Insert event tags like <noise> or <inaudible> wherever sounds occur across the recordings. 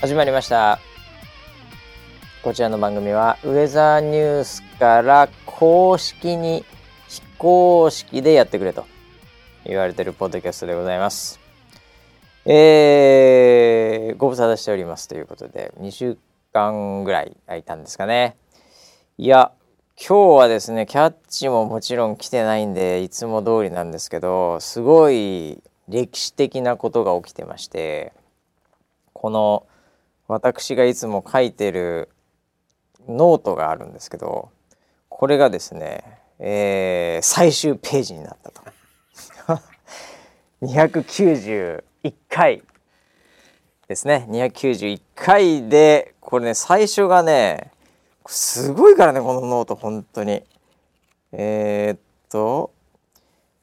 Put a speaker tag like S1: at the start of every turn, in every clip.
S1: 始まりましたこちらの番組はウェザーニュースから公式に非公式でやってくれと言われてるポッドキャストでございますえー、ご無沙汰しておりますということで2週間ぐらい空いたんですかねいや今日はですねキャッチももちろん来てないんでいつも通りなんですけどすごい歴史的なことが起きてましてこの私がいつも書いてるノートがあるんですけどこれがですね、えー最終ページになったと。291回ですね291回でこれね最初がねすごいからねこのノート本当にえーっと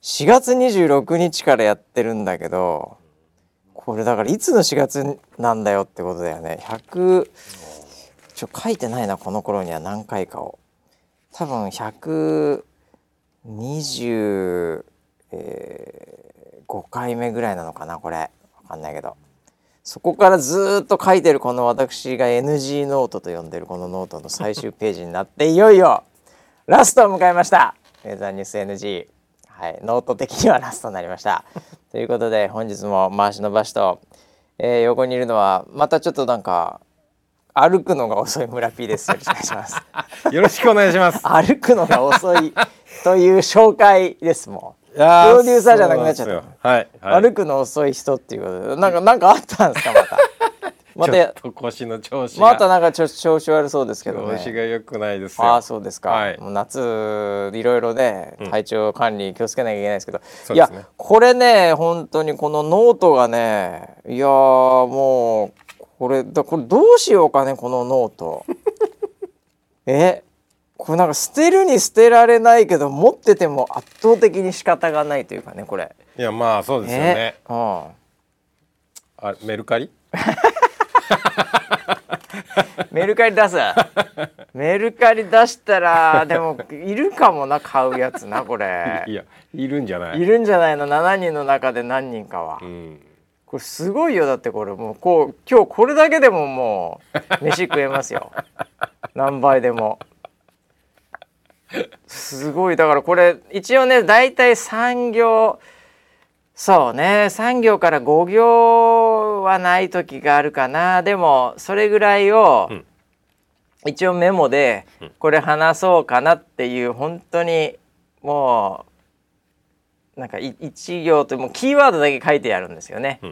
S1: 4月26日からやってるんだけどこれだからいつの4月なんだよってことだよね100ちょ書いてないなこの頃には何回かを多分120えー5回目ぐらいなのかなこれ分かんないけどそこからずーっと書いてるこの私が NG ノートと呼んでるこのノートの最終ページになっていよいよラストを迎えましたウェザーニュース NG はいノート的にはラストになりましたということで本日も回し伸ばしと、えー横にいるのはまたちょっとなんか歩くのが遅い村 P ですよろしくお願いします
S2: よろしくお願いします。
S1: 歩くのが遅いという紹介ですもん
S2: <laughs> いや
S1: プロデューサーじゃなくなっちゃった
S2: そうなんですよはい、はい。
S1: 歩くの遅い人っていうことでなんかなんかあったんですかまたまた
S2: ちょ
S1: や
S2: っと腰の調子が。
S1: またなんかちょ調子悪そうですけど
S2: 調子
S1: ね
S2: が良くないですよ。
S1: ああそうですか、
S2: はい
S1: もう夏いろいろね体調管理気をつけなきゃいけないですけど、
S2: すね
S1: いやこれね本当にこのノートがねいやーもうこれだこれどうしようかねこのノー
S2: <laughs>
S1: トえこれなんか捨てるに捨てられないけど持ってても圧倒的に仕方がないというかねこれ
S2: いやまあそうですよね。
S1: えうん
S2: あメルカリ？
S1: メルカリ出す
S2: <laughs>
S1: メルカリ出したらでもいるかもな買うやつなこれ
S2: いやいるんじゃないい？
S1: るんじゃないの7人の中で何人かは
S2: うん。
S1: これすごいよだってこれもうこう今日これだけでももう飯食えますよ何倍でもすごいだからこれ一応ね大体3行そうね3行から5行はない時があるかなでもそれぐらいを、
S2: うん
S1: 一応メモでこれ話そうかなっていう本当にもうなんかい一行ともうキーワードだけ書いてあるんですよね。
S2: ん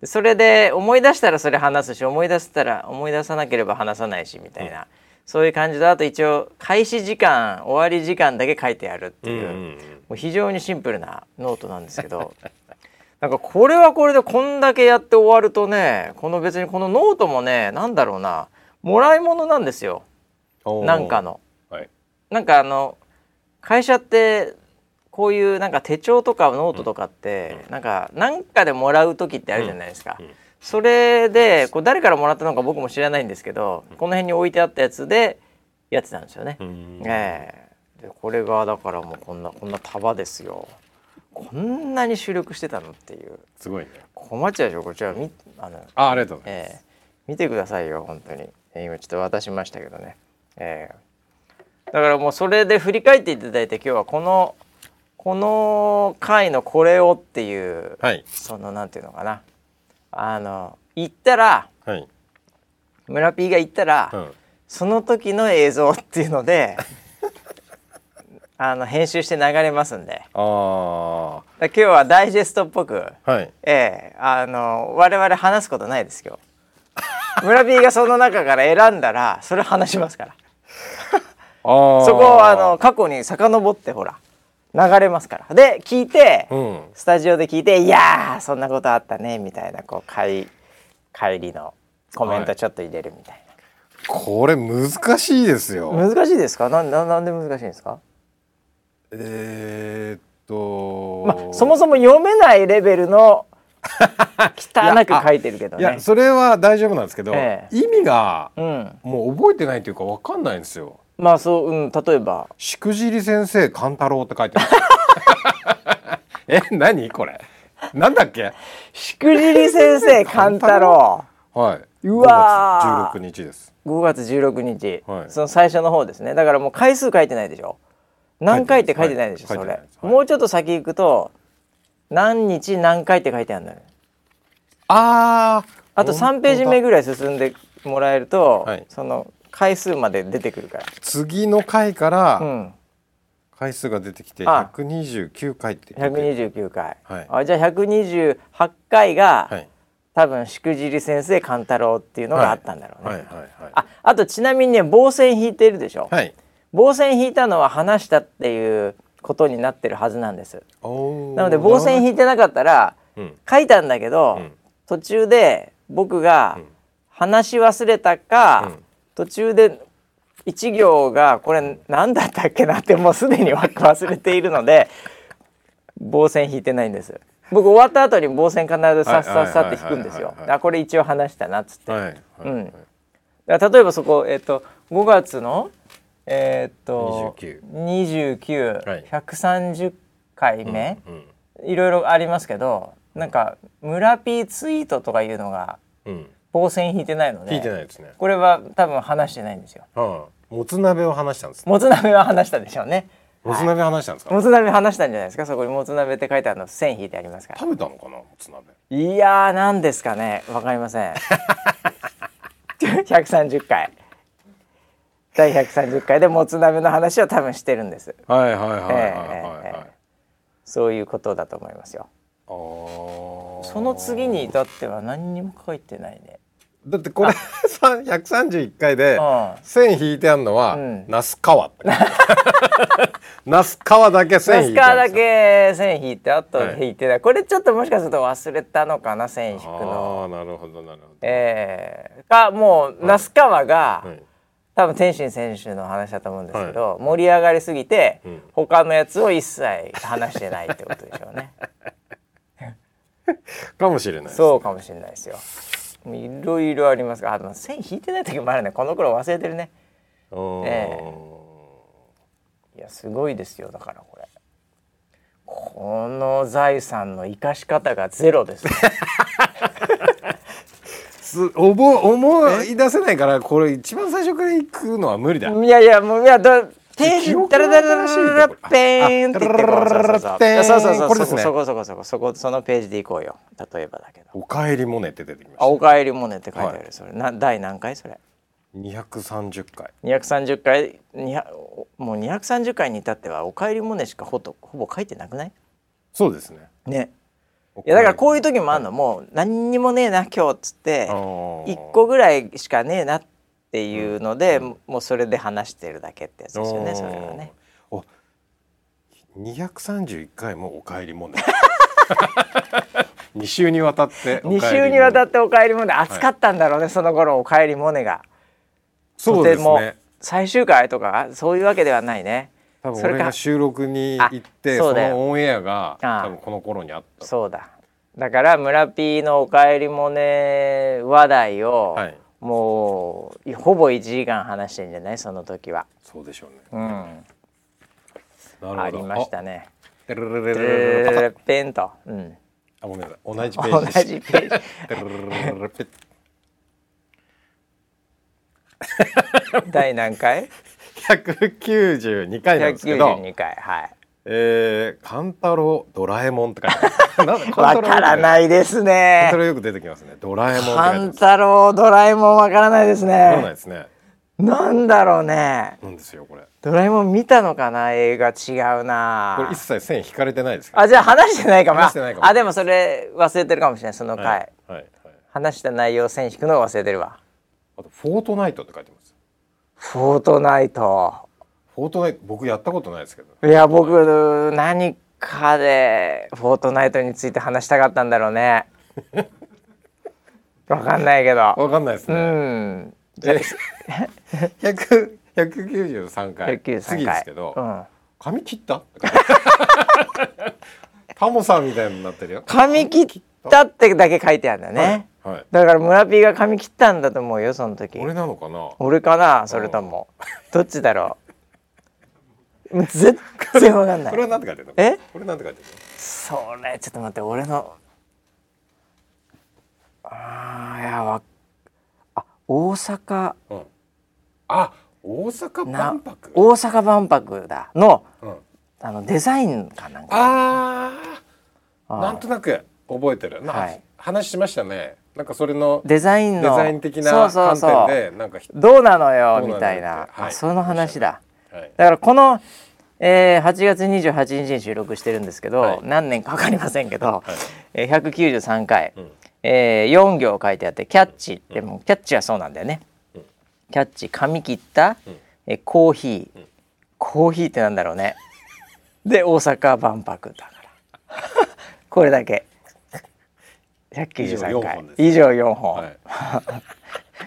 S1: でそれで思い出したらそれ話すし思い出したら思い出さなければ話さないしみたいな、そういう感じだと一応開始時間終わり時間だけ書いてあるって
S2: うん
S1: いう。
S2: うん
S1: もう非常にシンプルなノートなんですけど <laughs> なんかこれはこれでこんだけやって終わるとねこの別にこのノートもねなんだろうなもらい物なんですよ
S2: おー
S1: なんか。の。
S2: はい。
S1: なんかあの会社ってこういうなんか手帳とかノートとかって、なんかなんかでもらう時ってあるじゃないですか。
S2: うんうん
S1: それでこう誰からもらったのか僕も知らないんですけど、この辺に置いてあったやつでやってたんですよね。
S2: うん。
S1: ええでこれがだからもうこんなこんな束ですよこんなに主力してたのっていう
S2: すごいね。
S1: 困っちゃうでしょこちらみあの、
S2: あありがとうございます。
S1: ええ見てくださいよ本当に、ええ今ちょっと渡しましたけどね、ええだからもうそれで振り返っていただいて今日はこのこの回のこれをっていう
S2: はい
S1: そのなんていうのかなあの言ったら
S2: はい。
S1: 村 P が言ったら、
S2: うん。
S1: その時の映像っていうので <laughs> あの編集して流れますんでだか
S2: あ
S1: ら今日はダイジェストっぽく、
S2: あはい。
S1: ええあの我々話すことないです今日 <laughs> 村 B がその中から選んだらそれ話しますから
S2: ああ。
S1: そこをあの過去に遡ってほら流れますからで聞いて、
S2: うん。
S1: スタジオで聞いて「いやーそんなことあったね」みたいなこう帰帰りのコメントちょっと入れるみたい
S2: これ難しいです
S1: な、
S2: よ。
S1: 難しいですかなんなんなんで難しいんですか
S2: えーっと。
S1: まあ、そもそも読めないレベル
S2: <laughs>
S1: の汚く書いてるけど
S2: いや
S1: ね。
S2: それは大丈夫なんですけど、
S1: え
S2: 意味が
S1: うん、
S2: もう覚えてないというかわかんないんですよ。
S1: まあそう、うん、例えば
S2: しくじり先生勘太郎って書い
S1: <laughs>
S2: てます。え何これなんだっけ
S1: 「しくじり先生勘太郎
S2: はい」
S1: う
S2: 5
S1: わ
S2: 月16
S1: ー
S2: 日です
S1: 5月16日、
S2: はい
S1: その最初の方ですねだからもう回数書いてないでしょ何回って書いてないでしょ、
S2: 書い
S1: そ
S2: て
S1: れ
S2: ないです、はい
S1: もうちょっと先行くと何日何回って書いてあるんだよね
S2: あー
S1: あと3ページ目ぐらい進んでもらえると、
S2: はい
S1: その回数まで出てくるから、
S2: 次の回か
S1: う
S2: ら
S1: ん、
S2: 回数が出てきて
S1: あ
S2: 129回って出て
S1: 129回、
S2: はい
S1: あじゃあ128回が、
S2: はい
S1: 多分「しくじり先生勘太郎」っていうのがあったんだろうね。
S2: はいはいはい
S1: ああとちなみにね棒線引いてるでしょ、
S2: はい
S1: 棒線引いたのは話したっていうことになってるはずなんです。
S2: おー
S1: なので棒線引いてなかったら
S2: うん
S1: 書いたんだけど、
S2: うん
S1: 途中で僕が
S2: ん
S1: 話し忘れたか、
S2: うん
S1: 途中で一行がこれ何だったっけなってもうすでにわ忘れているので
S2: <laughs>
S1: 棒線引いてないんです僕終わった後に棒線必ずさっさっさって引くんです
S2: は
S1: よ
S2: いはいはいはいはい
S1: あこれ一応話したなっつって
S2: はいはい
S1: うんだから例えばそこえっ、と5月のえっ、と
S2: はい
S1: 29130回目、
S2: うん
S1: いろいろありますけどなんか村ピーツイートとかいうのが
S2: うん
S1: 防線引いてないので
S2: 聞いてないですね
S1: これは多分話してないんですよ
S2: ああもつ鍋を話したんですね
S1: もつ鍋は話したでしょうね
S2: もつ鍋話したんですか
S1: もつ鍋話したんじゃないですかそこにもつ鍋って書いてあるの線引いてありますから
S2: 食べたのかなもつ鍋
S1: いやー何ですかねわかりません130回第130回でもつ鍋の話は多分してるんです
S2: はいはいはいは
S1: え
S2: い
S1: え
S2: は
S1: え
S2: い
S1: えそういうことだと思いますよ
S2: あー
S1: その次に至っては何にも書いてないね
S2: だってこれさ131回で
S1: うん
S2: 線引いてあるのは
S1: うん
S2: 那須川って那須川だけ線
S1: ナ
S2: 引
S1: ス
S2: いて
S1: カ
S2: あ
S1: ー
S2: る
S1: だ
S2: んですよ
S1: け線引いてあと
S2: はい
S1: 引いてない、これちょっともしかすると忘れたのかな線引くの。
S2: ああなるほどなるほど
S1: えー、かもう那須川が、
S2: はい
S1: 多分天心選手の話だと思うんですけど、盛り上がりすぎて、
S2: うん
S1: 他のやつを一切話してないってことでしょう
S2: <laughs>
S1: ね
S2: かもしれないです
S1: そうかもしれないですよいろいろありますがあでも線引いてない時もあるねこの頃忘れてるね
S2: うーん
S1: えいやすごいですよだからこれこの財産の生かし方がゼロですよ
S2: すおぼ思い出せないからこれ一番最初から行くのは無理だ
S1: いやいやもういやだ天
S2: 記
S1: 使
S2: 憶
S1: ダラダラダラダラ
S2: が新しいんだこれ
S1: ペーンって言ってこうそうそうそう
S2: あペーン
S1: そうそうそう
S2: これですね
S1: そこそこそこそこそのページでいこうよ例えばだけど
S2: おかえりモネって出てきま
S1: あ
S2: し
S1: おかえりモネって書いてある、
S2: は
S1: それな第何回それ
S2: た230回
S1: 230回200もう230回に至ってはおかえりモネしかほとほぼ書いてなくない
S2: そうですね
S1: ねいやだからこういう時もあるのもう何にもねえな今日っつって一個ぐらいしかねえなっていうので、もうそれで話してるだけってやつですよねそれはね。
S2: おー。お231回もおかえりもね。2週にわたって
S1: 2週にわた
S2: て
S1: って「おかえりモネ」暑かったんだろうね、その頃おかえりモネ」が
S2: そうです
S1: も
S2: ね
S1: 最終回とかそういうわけではないね
S2: 多分
S1: それ
S2: 俺
S1: か
S2: が収録に行って
S1: あそ
S2: そう
S1: だよ
S2: のオンエアが
S1: ああ
S2: 多分この頃にあった
S1: そうだだから村ピーの「おかえりモネ」話題を、
S2: はい
S1: もうほぼ1時間話してんじゃないその時は、
S2: そうでしょうね
S1: うん、
S2: なるほど
S1: ありましたね
S2: あてるるる
S1: ペ
S2: るるるパカッ
S1: ンと、うん、
S2: あごめんなさい同じペ
S1: 同
S2: ージです
S1: じページ
S2: てるるるるるるペッ
S1: 第何回
S2: 192回なんですけど
S1: 192回はい
S2: えー「カンタロウドラえもん」って書いてあるなんでカンタロウ
S1: わ
S2: って
S1: からないです
S2: カン
S1: ね
S2: タロウよく出てきますねドラえもんって書いてあ
S1: カ
S2: る
S1: ンタロウドラえもんわからないです
S2: わからない
S1: ね。
S2: ですね。
S1: なんだろうね。
S2: なんですよこれ。
S1: ドラえもん見たのかな映画違う
S2: これ
S1: な
S2: 一。切線引かれてないですから。
S1: あじゃあ話してないかも。
S2: 話してないかも
S1: あでもそれ忘れてるかもしれないその回、
S2: はいはいはい。
S1: 話した内容線引くのを忘れてるわ。
S2: あとフォートナイトって書いてます。
S1: フォートナイト。
S2: フォートナイト僕やったことないですけど。
S1: いや僕何かでフォートナイトについて話したかったんだろう
S2: <laughs>
S1: ね。わかんないけど。
S2: わかんないです
S1: う
S2: ね。
S1: ん。
S2: 百百九十三回。
S1: 193回。
S2: 次ですけど。
S1: うん。
S2: 髪切った？って書いてあるタモさんみたいになってるよ。
S1: 髪切ったってだけ書いてあるんだね。
S2: はい。はい。
S1: だから村ピーが髪切ったんだと思うよその時
S2: 俺なのかな。
S1: 俺かなそれともどっちだろうもう全然わかんな
S2: これ
S1: い
S2: はなんて書いてるの？
S1: え？
S2: これなんて書いてる
S1: それちょっと待って俺のあーいやわ大阪
S2: うん、あ大阪万博
S1: 大阪万博だの
S2: うん、
S1: あのデザインかなんか
S2: あ
S1: あ
S2: ー
S1: ー
S2: なんとなく覚えてるな、
S1: はい
S2: 話しましたねなんかそれのデ
S1: デザインの
S2: ザイン的な
S1: そうそう
S2: 観
S1: そう
S2: 点でなんかひ
S1: どうなのよ
S2: どうなのよ
S1: みたいな
S2: って
S1: あ
S2: はい
S1: その話だ
S2: はい
S1: だからこの、えー8月28日に収録してるんですけど、
S2: はい
S1: 何年か分かりませんけど、えー193回、
S2: うん
S1: えー4行書いてあって「キャッチ」ってもうキャッチはそうなんだよね。
S2: うん
S1: キャッチ髪切った、
S2: うん
S1: えーコーヒー、
S2: うん
S1: コーヒーってなんだろうね。で大阪万博だから <laughs> これだけ。193回以
S2: 以
S1: 上4本
S2: はい、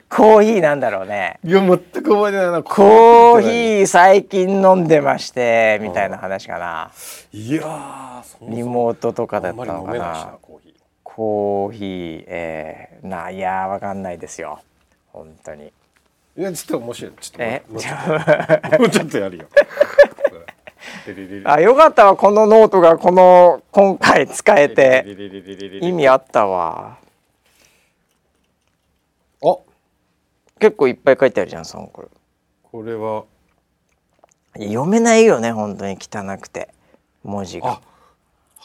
S1: コーヒーなんだろうね
S2: いや全く覚えてないな
S1: コーヒ
S2: ー
S1: ー最近飲んでましてみたいな話かな、
S2: いやーそもそも
S1: リモートとかだ
S2: あ
S1: っ
S2: ん
S1: た
S2: まり飲
S1: のか
S2: めないしな
S1: な
S2: コーヒー
S1: コーヒーえー、ないやーわかんないですよ本当に
S2: いやちょっと面白いちょっと
S1: え
S2: もう
S1: じ
S2: ちょっ
S1: ゃ <laughs>
S2: ともうちょっとやるよデリリリ
S1: ああよかったわこのノートがこの今回使えて
S2: デリリリリリリ
S1: 意味あったわ
S2: あ
S1: 結構いっぱい書いてあるじゃんそのこ
S2: これは
S1: れ読めないよね本当に汚くて文字が
S2: あ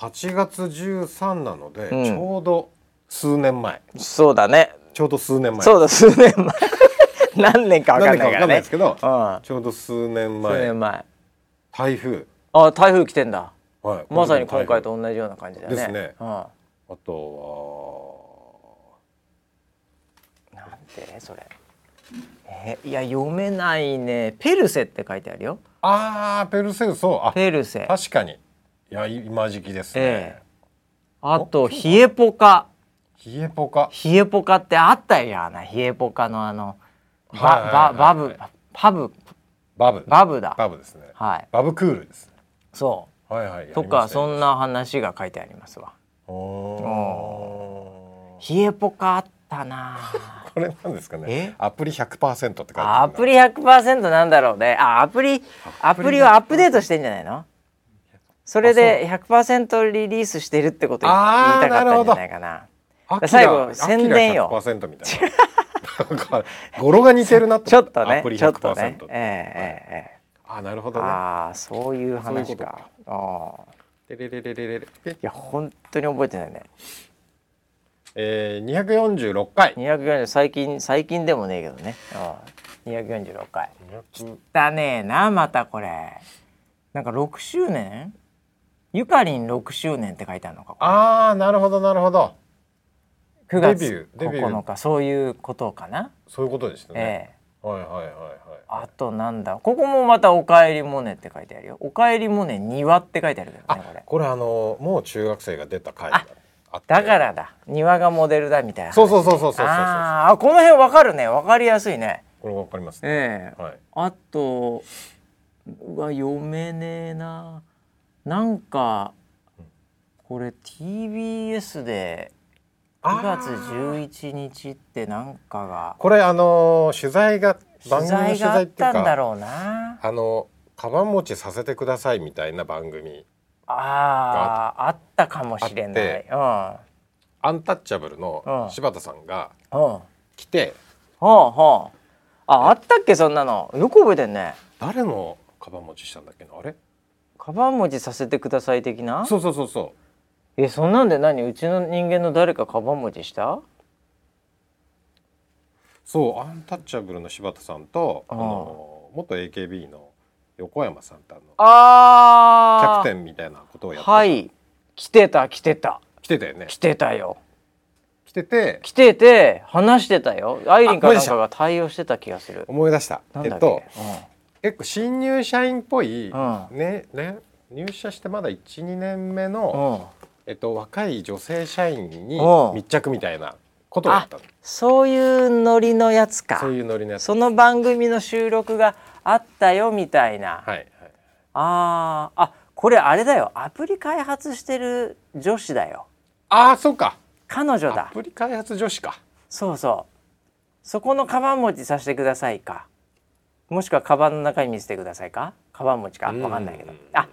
S2: 8月13なので、
S1: うん
S2: ちょうど数年前
S1: そうだね
S2: ちょうど数年前
S1: そうだ数年前 <laughs> 何年かわか
S2: 何
S1: んないか
S2: 年か分からんない
S1: ね
S2: ですけど、
S1: うん
S2: ちょうど数年
S1: 数
S2: 前
S1: 年前
S2: 台風、
S1: あ台風来てんだ
S2: はい、
S1: まさに今回
S2: こ
S1: と同じような感じだよね。
S2: ですね
S1: うん、
S2: の時の台風
S1: な
S2: あと
S1: んてそれ。えいや読めないね。ペルセって書いてあるよ。
S2: はあーペルセウスをあ
S1: ペルセ。
S2: 確かにいや今時期ですね、
S1: えあとヒエポカ。
S2: 冷えポカ
S1: ヒエポカってあったやな。ヒエポカのあのバ
S2: はい
S1: ババ
S2: はいはい
S1: ブパブ
S2: バブ
S1: バブだ。
S2: バブですね
S1: はい。
S2: バブクールですね
S1: そ
S2: はいはいやり
S1: う。
S2: ました
S1: と
S2: よ
S1: かそんな話が書いてありますわ。
S2: おー
S1: ヒエポカあったな。
S2: これなんですかね
S1: え
S2: アプリ100%って書いてある
S1: アプリ100%なんだろうねあアプリアプリをアップデートしてんじゃないのそれで100%リリースしてるってこと言い
S2: あー
S1: たかったんじゃないかな
S2: アキラ
S1: 最後宣伝よ
S2: アキラ100%みたいな。
S1: <laughs>
S2: なんか語呂が似てるな
S1: ちょっとね
S2: アプリ
S1: ちょっとね
S2: 100%。
S1: ええええ
S2: あなるほ
S1: ええ
S2: どね。
S1: ああそういう
S2: そうい
S1: 話
S2: うこと
S1: かああ
S2: でれれれれれれえ
S1: いや本当に覚えてないね
S2: えー246回。
S1: 240最近最近でもねえけどねああ246回
S2: 200
S1: だねえなまたこれなんか6周年ゆかりん6周年って書いてあるのか
S2: ああなるほどなるほど。
S1: 9月
S2: デビューデビュー
S1: 9日そういうことかな、
S2: そういうことでしたね。
S1: ええ
S2: はいはいはいはい。
S1: あとなんだここもまた「おかえりモネ」って書いてあるよ「おかえりモネ庭」って書いてあるけど
S2: あ
S1: ねこれ
S2: これあのもう中学生が出た回があって。
S1: だからだ庭がモデルだみたいな話
S2: そうそうそうそうそうそうそう
S1: あーあこの辺わかるねわかりやすいね
S2: これわかりますね。
S1: ええ
S2: はい。
S1: あとうわ読めねえななんかこれ TBS で9月11日ってなんかが
S2: これあのー取材が番
S1: 取
S2: 組の取
S1: 材があ
S2: 材っ
S1: って
S2: い
S1: た
S2: うん
S1: だ
S2: か
S1: ろうな
S2: あのカバン持ちさせてくださいみたいな番組。
S1: あああったかもしれないうん
S2: アンタッチャブルの
S1: うん
S2: 柴田さんが
S1: うん
S2: 来て、
S1: ほうほうああったっけそんなのよく覚えてんね
S2: 誰のカバン持ちしたんだっけなあれ
S1: カバン持ちさせてください的な
S2: そうそうそうそ
S1: えそんなんで何うちの人間の誰かカバン持ちした
S2: うそうアンタッチャブルの柴田さんとあ
S1: うん
S2: の元 AKB の横山さんとあのキ
S1: あ
S2: ャプ
S1: ン
S2: テンみたいなことをやってた、
S1: はい来てた来てた
S2: 来てたよね
S1: 来てたよ
S2: 来てて
S1: 来てて話してたよアイリンか
S2: あ思い
S1: なん
S2: 出した
S1: かが対応してた気がする
S2: 思い出した
S1: なん
S2: え
S1: だ
S2: っ
S1: っけ、
S2: と結構新入社員っぽい、
S1: うん
S2: ねね入社してまだ12年目
S1: う
S2: の、
S1: ん、うん、
S2: えっと、若い女性社員に
S1: うん
S2: 密着みたいなことをやったの
S1: そういうノリのやつか
S2: そういうノリのやつ
S1: その番組の収録があったよみたいな、あ
S2: はいはい
S1: あーあこれあれだよアプリ開発してる女子だよ
S2: ああそうか
S1: 彼女
S2: ア
S1: だ
S2: プリ開発女子か
S1: そうそうそこのカバン持ちさせてくださいかもしくはカバンの中に見せてくださいかカバン持ちか
S2: うん
S1: わかんないけどあ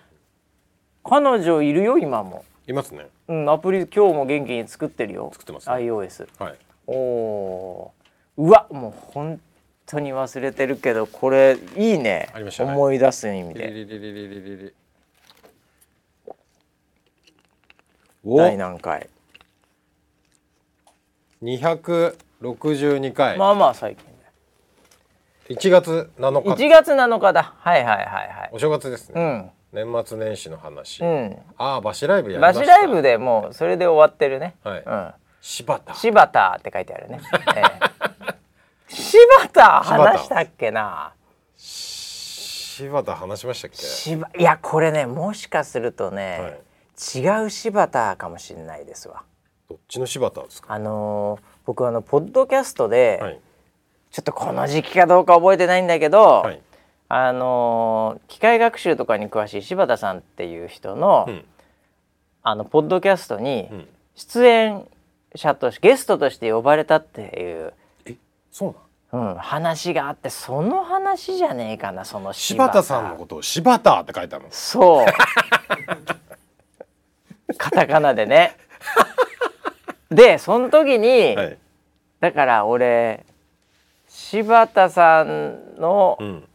S1: 彼女いるよ今も
S2: いますね
S1: うんアプリ今日も元気に作ってるよ
S2: 作ってますね
S1: iOS
S2: はい
S1: おーうわもう本当に忘れてるけどこれいいね
S2: ありましたね
S1: 思い出す意味
S2: リ
S1: で
S2: リリリリリリリ
S1: 第
S2: お
S1: 何回
S2: 262回、
S1: まあまあ最近
S2: 1月7日
S1: 1月7日だはいはいはいはい
S2: お正月ですね、
S1: うん
S2: 年末年始の話、
S1: うん
S2: ああバシライブやりま
S1: バ
S2: し
S1: シ
S2: た
S1: ライブでもうそれで終わってるね、
S2: はい
S1: うん
S2: 柴田
S1: 柴田って書いてあるね、ええ柴田話したっけな
S2: 柴田話しましたっけ
S1: 柴いやこれねもしかするとね、違う柴田かもしれないですわ
S2: どっちの柴田ですか
S1: あのー僕あのポッドキャストで、
S2: はい
S1: ちょっとこの時期かどうか覚えてないんだけど、
S2: はい
S1: あのー機械学習とかに詳しい柴田さんっていう人の、
S2: うん
S1: あのポッドキャストに
S2: うん
S1: 出演者としてゲストとして呼ばれたっていう、
S2: えそうなん
S1: うん、話があってその話じゃねえかなその柴
S2: 柴田さんのことを柴田って書いてあるの <laughs>
S1: そうカタカナでねでその時に、
S2: はい
S1: だから俺柴田さんの
S2: うん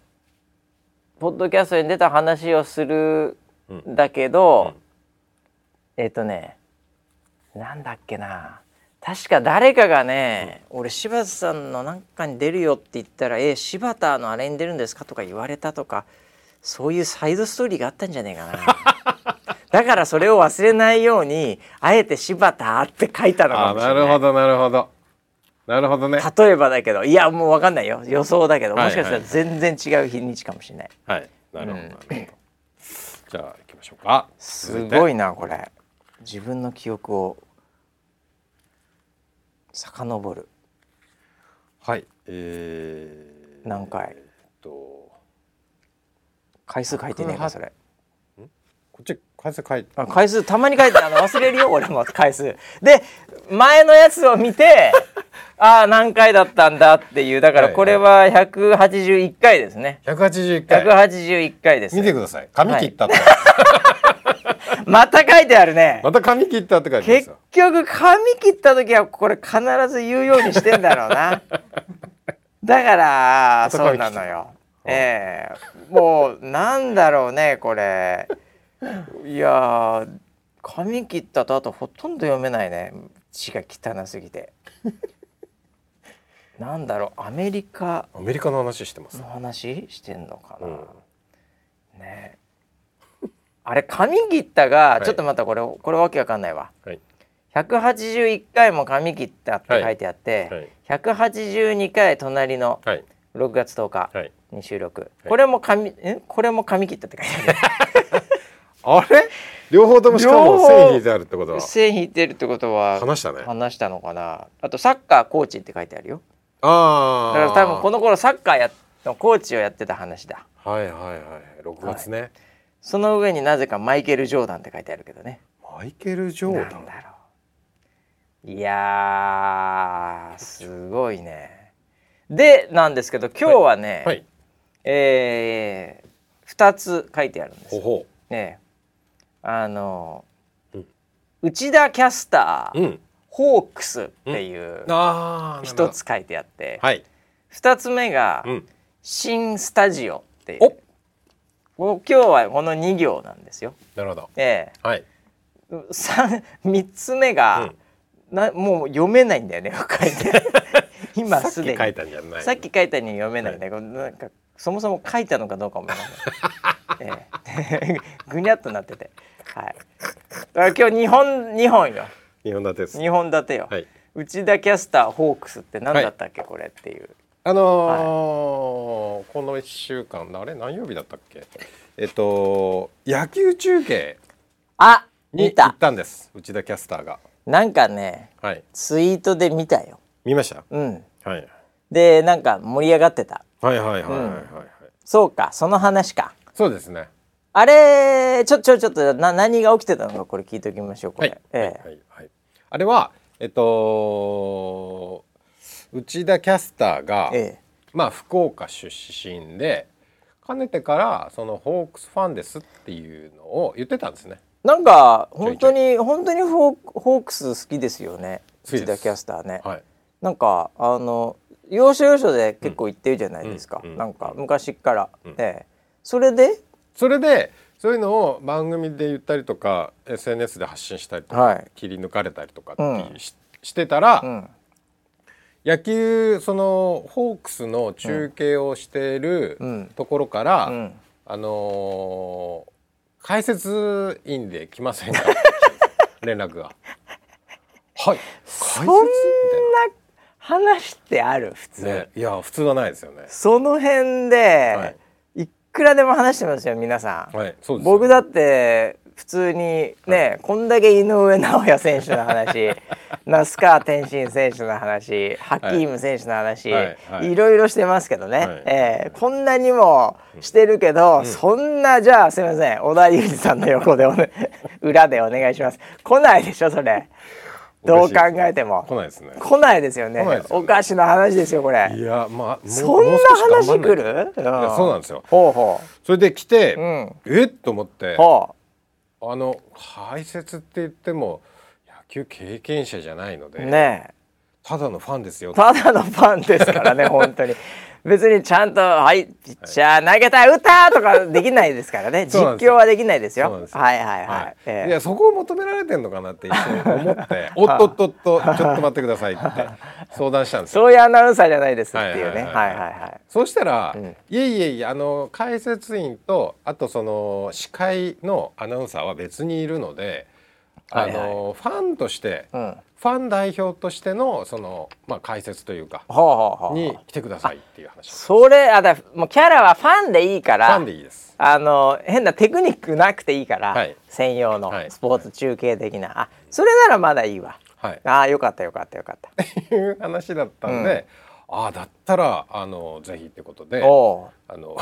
S1: ポッドキャストに出た話をする
S2: うん
S1: んだけど、えっ、とねなんだっけな確か誰かがね、俺柴田さんのなんかに出るよって言ったら「え柴田のあれに出るんですか?」とか言われたとかそういうサイドストーリーがあったんじゃねえかな。
S2: <laughs>
S1: だからそれを忘れないようにあえて「柴田」って書いたの
S2: あ
S1: か
S2: あ
S1: もしれな。
S2: ないるほどなるほどなるほどね
S1: 例えばだけどいやもう分かんないよ予想だけど
S2: はい
S1: もしかしたら全然違う日にちかもしれない、
S2: はいなるほどなるほどじゃあ行きましょうか
S1: す
S2: 続
S1: ご
S2: い
S1: いなこれ自分の記憶を遡る
S2: てはいえー
S1: 何回
S2: えっとこ
S1: 回数書いてねえかそれ
S2: っち回数書いて
S1: あ回数たまに書いてあの忘れるよ俺も回数で前のやつを見
S2: <laughs>
S1: てああ何回だったんだっていうだか
S2: はい
S1: ら
S2: はい
S1: これは181回ですね
S2: 181回
S1: 181回です
S2: 見てください <laughs> 髪切ったって
S1: また書いてあるね
S2: また髪切ったって書いてます
S1: 結
S2: よ
S1: 局髪切った時はこれ必ず言うようにしてんだろう
S2: <laughs>
S1: なだから
S2: また
S1: そう
S2: 髪切っ
S1: な
S2: た
S1: のよええもうなんだろうねこれいやー髪切ったとあとほとんど読めないね字が汚すぎ
S2: <laughs>
S1: てなんだろうアメリカ
S2: アメリカの話してます
S1: の話してんのかな、
S2: うん
S1: ねあれ髪切ったが、
S2: い
S1: ちょっと待ったこれこれわけわかんないわ
S2: はい
S1: 181回も髪切ったって書いてあっ
S2: は
S1: て、
S2: い
S1: 182回隣の
S2: はい
S1: 6月10日
S2: はい
S1: に収録、
S2: い
S1: これも髪んこれも髪切ったって書いてあ
S2: あれ両方ともしか
S1: 両
S2: も
S1: 方
S2: 線引いてあるってことは
S1: る線引いてるってことは
S2: 話したね
S1: 話したのかなあとサッカーコーチって書いてあるよだ
S2: あ
S1: から
S2: あ
S1: 多分この頃サッカーやのコーチをやってた話だ
S2: はいはいはい6月ね、
S1: その上になぜかマイケル・ジョーダンって書いてあるけどね
S2: マイケル・ジョ
S1: なん
S2: ーダ
S1: だろ
S2: ン
S1: ういやーすごいねでなんですけど今日はね、
S2: はい
S1: えー、2つ書いてあるんです
S2: ほ
S1: よ。
S2: ほ
S1: ねえあの、
S2: うん
S1: 内田キャスタ
S2: う
S1: ー、
S2: ん
S1: ホークスっていう
S2: ああ
S1: 一つ書いてあって、
S2: はい
S1: 二つ目が、
S2: うん
S1: 新スタジオっていうもう今日はこの2行なんですよ。
S2: なるほど
S1: え
S2: はい
S1: え、3, 3つ目が、なもう読めないんだよね <laughs> 書い
S2: <laughs>
S1: て今
S2: さっ
S1: す
S2: き
S1: でに
S2: 書いたんじゃない
S1: さっき書いたに読めないんだけど、なんかそもそも書いたのかどうかもわかんない。 <laughs> ええ、ぐにゃっとなってて、はい。だから今日日本二本よ、
S2: 日本立てです
S1: 二本立てよ。
S2: はい
S1: 内田キャスターホークスって何だったっけ、これっていう。
S2: あのーこの1週間あれ何曜日だったっけえっと野球中継
S1: あ、見。
S2: に行ったたんです内田キャスターが
S1: なんかね、
S2: はい
S1: ツイートで見たよ。
S2: 見ました
S1: うん。
S2: はい
S1: で、なんか盛り上がってた。
S2: はいはいはいはいはい、
S1: そうか、その話か。
S2: そうですね
S1: あれ、ちょちょちょっとな何が起きてたのかこれ聞いておきましょう。こ
S2: は
S1: れ。
S2: い、
S1: ええ
S2: はいはいはいあれはえっと内田キャスターが、
S1: ええ
S2: まあ福岡出身でかねてからそのホークスファンですっていうのを言ってたんですね。
S1: なんか本当に本当にホーホークス好きですよね。
S2: 好きです
S1: 内田キャスターね。
S2: はい。
S1: なんかあの要所要所で結構言ってるじゃないですか、
S2: うんうん
S1: なんか昔っから、
S2: うん
S1: ええそれで
S2: それでそういうのを番組で言ったりとか SNS で発信したりとか、
S1: はい
S2: 切り抜かれたりとかっていうし,、してたら、
S1: うん
S2: 野球そのホークスの中継をしている
S1: うん
S2: ところから、
S1: うん
S2: あのー解説員で来ませ
S1: <laughs>
S2: んか連絡が。はい解説み
S1: んな話ってある普通、
S2: たいな、ね、いや普通はないですよね。
S1: その辺で、、
S2: はい
S1: くらでも話してますよ皆さん、
S2: はい、そうですよね
S1: 僕だって普通にね、こんだけ井上尚弥選手の
S2: <laughs>
S1: 話那須川天心選手の話ハキーム選手の話、
S2: はいいはい
S1: ろいろしてますけどね、
S2: はい
S1: えーこんなにもしてるけど、そんなじゃあすいません小田裕二さんの横でおね <laughs> 裏でお願いします来ないでしょそれどう考えても
S2: 来ないですね。
S1: 来ないですよね
S2: 来ないですよ
S1: お
S2: ね
S1: かしな話ですよこれ
S2: いやまあもう
S1: そんな
S2: もう少し
S1: 話
S2: 頑張
S1: 来
S2: んない
S1: る、うん、
S2: といやそうなんですよ。
S1: ほうほ
S2: それで来て、
S1: ううん
S2: えっと思って
S1: ほ
S2: あの解説って言っても野球経験者じゃないの
S1: う
S2: で、
S1: ねえ
S2: ただのファンですよ
S1: ただのファンですから
S2: <laughs>
S1: ね本当に別にちゃんと「はいピッチャー投げた打った!」とかできないですからね
S2: そうなんです
S1: 実況
S2: よ
S1: はできないです
S2: そうなん
S1: よ
S2: ですよ
S1: はいはい
S2: は
S1: はい
S2: い、
S1: え
S2: い
S1: え
S2: やそこを求められてんのかなって一瞬
S1: <laughs>
S2: 思って「おっとっとっとちょっと待ってください」って相談したんですよ。
S1: そういうアナウンサーじゃないですっていうね
S2: は
S1: はいい
S2: は
S1: はいい
S2: は
S1: はい
S2: そうしたら、
S1: うん
S2: いえいえいえあの解説員とあとその司会のアナウンサーは別にいるのであの、
S1: はい
S2: ファンとして、
S1: うん
S2: ファン代表としてのその、まあ、解説というか
S1: ほうほうほう
S2: に来てくださいっていう話フ
S1: それあだもうキャラはファンでいいから
S2: ァンでいいです。
S1: あの変なテクニックなくていいから、
S2: はい
S1: 専用の
S2: はい
S1: スポーツ中継的な、あそれならまだいいわ
S2: はい
S1: あーよかったよかったよか
S2: <laughs>
S1: った
S2: っていう話だったんで、ああだったらあのぜひってことで
S1: おう
S2: あの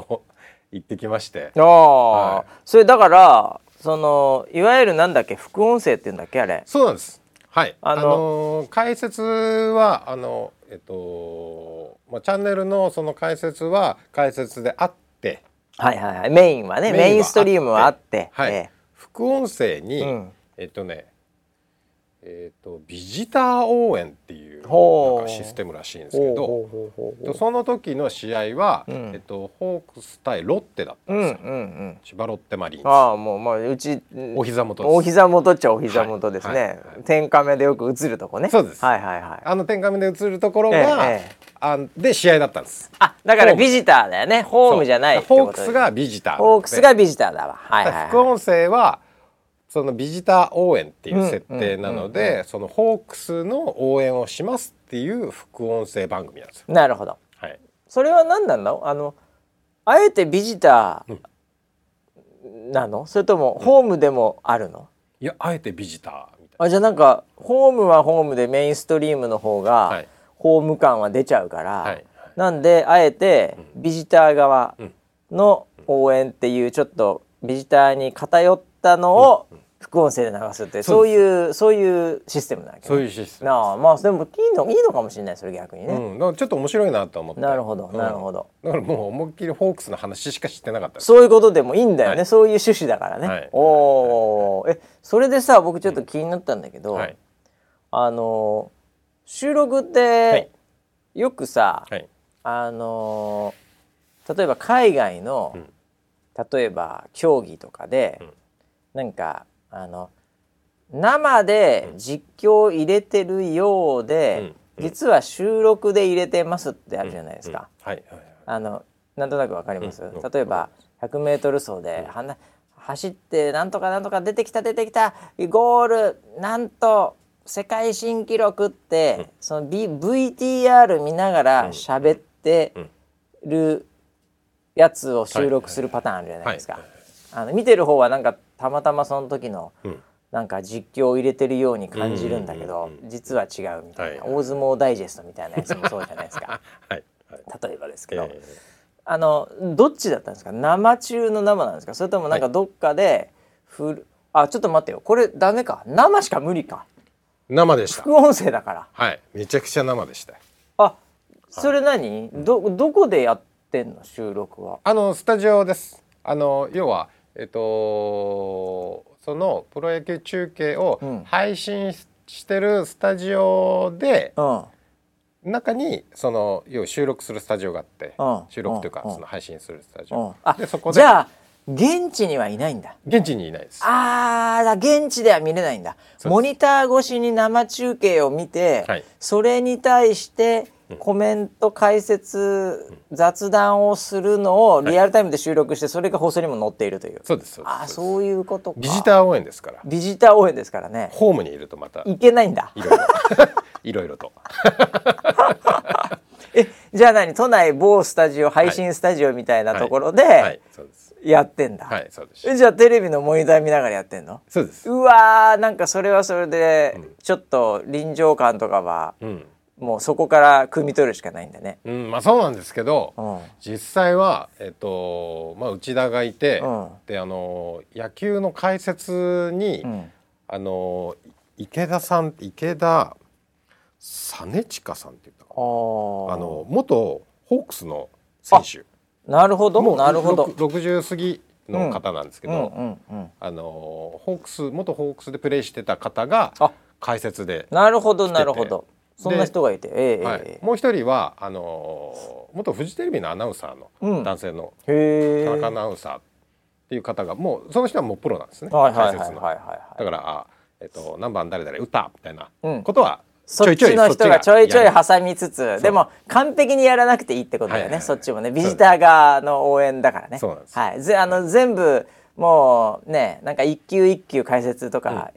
S2: <laughs> 行ってきまして
S1: あー、
S2: はい
S1: それだからそのいわゆるなんだっけ副音声って言うんだっけあれ
S2: そうなんですはいあ
S1: あ
S2: の
S1: の
S2: 解説はあのえっと、まあ、チャンネルのその解説は解説であって
S1: はいはいはいメインはね
S2: メインは
S1: メインストリームはあって
S2: はい、
S1: え
S2: 副音声に、
S1: うん
S2: えっとねえっとビジター応援っていう
S1: ほ
S2: なん
S1: う
S2: かシステムらしいんで
S1: え
S2: すけど
S1: ほうほうほうほう
S2: その時の試合は、
S1: うん
S2: えっと、ホークス対ロッテだった
S1: うんんう
S2: で
S1: ん
S2: す
S1: う
S2: よ、
S1: ん
S2: 千葉ロッテマリーンズ
S1: ああもうまあうち
S2: お膝元です
S1: お膝元っちゃお膝元です
S2: はい
S1: ね
S2: はい
S1: 天下目でよく映るとこね
S2: そうです
S1: はいはいはい
S2: あの天下目で映るところが、
S1: ええええ
S2: あで試合だったんです
S1: あだか
S2: ホー
S1: ら
S2: ム
S1: ビジターだよねホームじゃないって
S2: ホ
S1: こ
S2: ーク
S1: とで
S2: スがビジターなので
S1: ホークスがビジターだわはいはい、はい、
S2: 副音声はそのビジター応援っていう設定なので、そのホークスの応援をしますっていう副音声番組なんですよ、
S1: なるほど
S2: はい、
S1: それは何なんだあのあえてビジターなの、それともホームでもあるの、
S2: いやあえてビジターみたい
S1: あじゃあなんかホームはホームでメインストリームの方
S2: なは
S1: が
S2: い
S1: ホーム感は出ちゃうから、
S2: はい
S1: なんであえてビジター側
S2: ん
S1: の応援っていうちょっとビジターに偏ったのを副音声で流すって
S2: そ
S1: そうう
S2: で
S1: いうそういうシステムなわけ、ね、
S2: そういうシステム
S1: なあまあでもいいのいいのかもしれないそれ逆にね、
S2: うん、だからちょっと面白いなと思って
S1: なるほど
S2: うん
S1: なるほど
S2: だからもう思いっきりホークスの話しか知ってなかったです
S1: そういうことでもいいんだよね、
S2: はい
S1: そういう趣旨だからね、
S2: はい
S1: おお、えそれでさ僕ちょっと気になったんだけど、
S2: はい
S1: あのー収録っ
S2: はい
S1: てよくさ、
S2: はい
S1: あのー例えば海外の、
S2: うん
S1: 例えば競技とかで、
S2: うん
S1: なんかあの生で実況入れてるようで、
S2: うん
S1: 実は収録で入れてますってあるじゃないですか。
S2: うんはいはいはい
S1: あのなんとなくわかります、
S2: うん
S1: 例えば 100m 走で、はな走ってなんとかなんとか出てきた出てきたゴールなんと世界新記録って、その、B、VTR 見ながら喋ってるやつを収録するパターンあるじゃないですか
S2: はいは。
S1: あの見てる方はなんかたまたまその時の
S2: うん
S1: なんか実況を入れてるように感じるんだけ
S2: う
S1: ど
S2: んうんうん
S1: 実は違うみたいな
S2: はい
S1: 大相撲ダイジェストみたいなやつもそうじゃないです
S2: <laughs>
S1: か
S2: はいはい
S1: 例えばですけど
S2: え
S1: あのどっちだったんですか生中の生なんですかそれともなんかどっかでふる、あちょっと待ってよこれダメか生しか無理か
S2: ー生でした
S1: 副音声だから
S2: はいめちゃくちゃ生でした
S1: あそれ何、どどこでやってんの収録は
S2: あのスタジオです。あの要はえっとそのプロ野球中継を
S1: うん
S2: 配信ししてるスタジオで
S1: うん
S2: 中にその要は収録するスタジオがあって、
S1: うん
S2: 収録というか、
S1: うん
S2: その配信するスタジ
S1: う
S2: オ
S1: ん、、あ
S2: でそこで
S1: じゃあ現地にはいないんだ
S2: 現地にいないです
S1: あーだ現地では見れないんだ
S2: そうです
S1: モニター越しに生中継を見て、
S2: はい
S1: それに対してコメント解説、雑談をするのをリアルタイムで収録して、それが放送にも載っているという
S2: そうですそうです
S1: ああそういうことか
S2: ビジター応援ですから
S1: ビジター応援ですからね
S2: ホームにいるとまたい
S1: いけないんだ
S2: ろい <laughs> ろいろいろと
S1: えじゃあ何都内某スタジオ配信スタジオみたいなところ
S2: は
S1: で
S2: いそうです
S1: やってんだ、
S2: はいそうです
S1: えじゃあテレビのモニター見ながらやってんの
S2: そうです
S1: うわーなんかそれはそれでちょっと臨場感とかは
S2: うん、
S1: もうそこから汲み取るしかないんだね。
S2: うん、まあそうなんですけど、
S1: うん
S2: 実際はえっとまあ内田がいて、
S1: うん
S2: であの野球の解説に、
S1: ん
S2: あの池田さん池田実親さんって言ったか
S1: あ
S2: なあ
S1: の
S2: の元ホークスの選手
S1: なるほどなるほど。
S2: ろく60過ぎの方なんですけ
S1: う
S2: ど、
S1: んうんうん、
S2: あのホークス元ホークスでプレーしてた方が
S1: あ
S2: 解説で、
S1: なるほどなるほど。そんな人がいて。ええ
S2: はい
S1: ええ
S2: もう一人はあの元フジテレビのアナウンサー
S1: うん
S2: の男性の
S1: へえ。
S2: 田中アナウンサーっていう方がもうその人はもうプロなんですね、
S1: はいはいはい
S2: 解
S1: はい
S2: 説の。
S1: はい
S2: だ
S1: はい。
S2: からあ、えっと、何番誰々打ったみたいな
S1: うん
S2: ことは
S1: そっちの人がちょいちょい
S2: やる
S1: 挟みつつでも完璧にやらなくていいってことだよ
S2: はいはい
S1: ね
S2: はい
S1: そっちもねビジター側の応援だからね
S2: そうなんです
S1: はい、ぜあの全部もうねなんか一球一球解説とか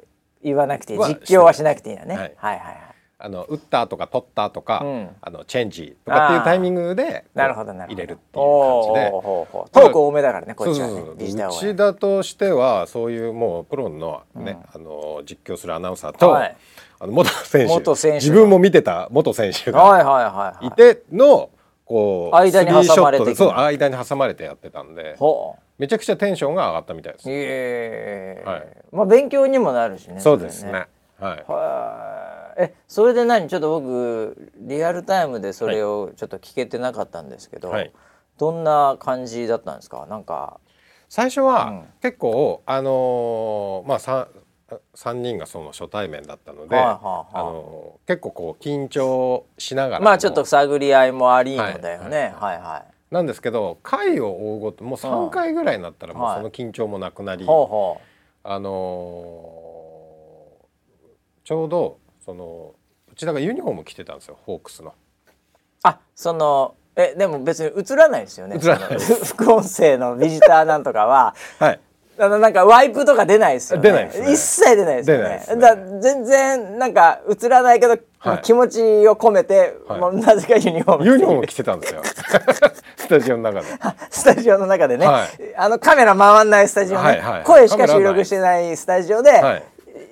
S1: 言わなくていい、
S2: は
S1: 実況はしなくていいんだね、
S2: は
S1: はい
S2: い、
S1: はいはい
S2: あの打ったとか取ったとか、
S1: うん
S2: あのチェンジとかってい
S1: あ
S2: う
S1: ー
S2: タイミングで
S1: なるほどなるほど
S2: 入れるっていう
S1: お
S2: 感じ
S1: ー
S2: で
S1: ほうほうほうトーク多めだからねこ
S2: そ
S1: っ
S2: う
S1: ち
S2: そ
S1: は
S2: う
S1: ね
S2: そう
S1: ビジター応
S2: 内
S1: 援
S2: 田としてはそういうもうプロの,、ねあの実況するアナウンサーと、
S1: はい
S2: あの元選手
S1: 元選手
S2: 自分も見てた元選手が
S1: はいはいはい
S2: い
S1: はい
S2: てのこう
S1: 間に挟まれて
S2: スリーシ
S1: きた
S2: ョットでそう間に挟まれてやってたんで
S1: ほう
S2: めちゃくちゃテンションが上がったみたいです。
S1: ええ
S2: はい
S1: まあ勉強にもなるしね
S2: そうです
S1: れ
S2: ねはい
S1: はいえそれで何ちょっと僕リアルタイムでそれをちょっと聞けてなかったんですけど、
S2: はい
S1: どんな感じだったんですかなんか
S2: 最初は結構、あのーまあさ三人がその初対面だったので、
S1: はいはいはい
S2: あのー結構こう緊張しながらも
S1: まあちょっと探り合いもありのだよねはいは
S2: なんですけど回を追うごともう3回ぐらいになったらも
S1: はいう
S2: その緊張もなくなり、
S1: いほうほ
S2: あのーちょうどそのうちだからユニフォーム着てたんですよホークスの。
S1: うあそのえでも別に映らないですよね
S2: 映らない
S1: その副音声のビジターなんとかは
S2: はい
S1: あのなんかワイプとか出ないですよね。
S2: 出ないですね
S1: 一切出ないですよね。
S2: 出ないですね
S1: だから全然なんか映らないけど、
S2: はい
S1: 気持ちを込めて、
S2: はい
S1: もうなぜかユニフォーム着て
S2: ユニフォーム着てたんですよスタジオの中で。
S1: <laughs> スタジオの中でね、
S2: は
S1: あのカメラ回んないスタジオね、
S2: はいはい
S1: 声しか収録してないスタジオで
S2: はい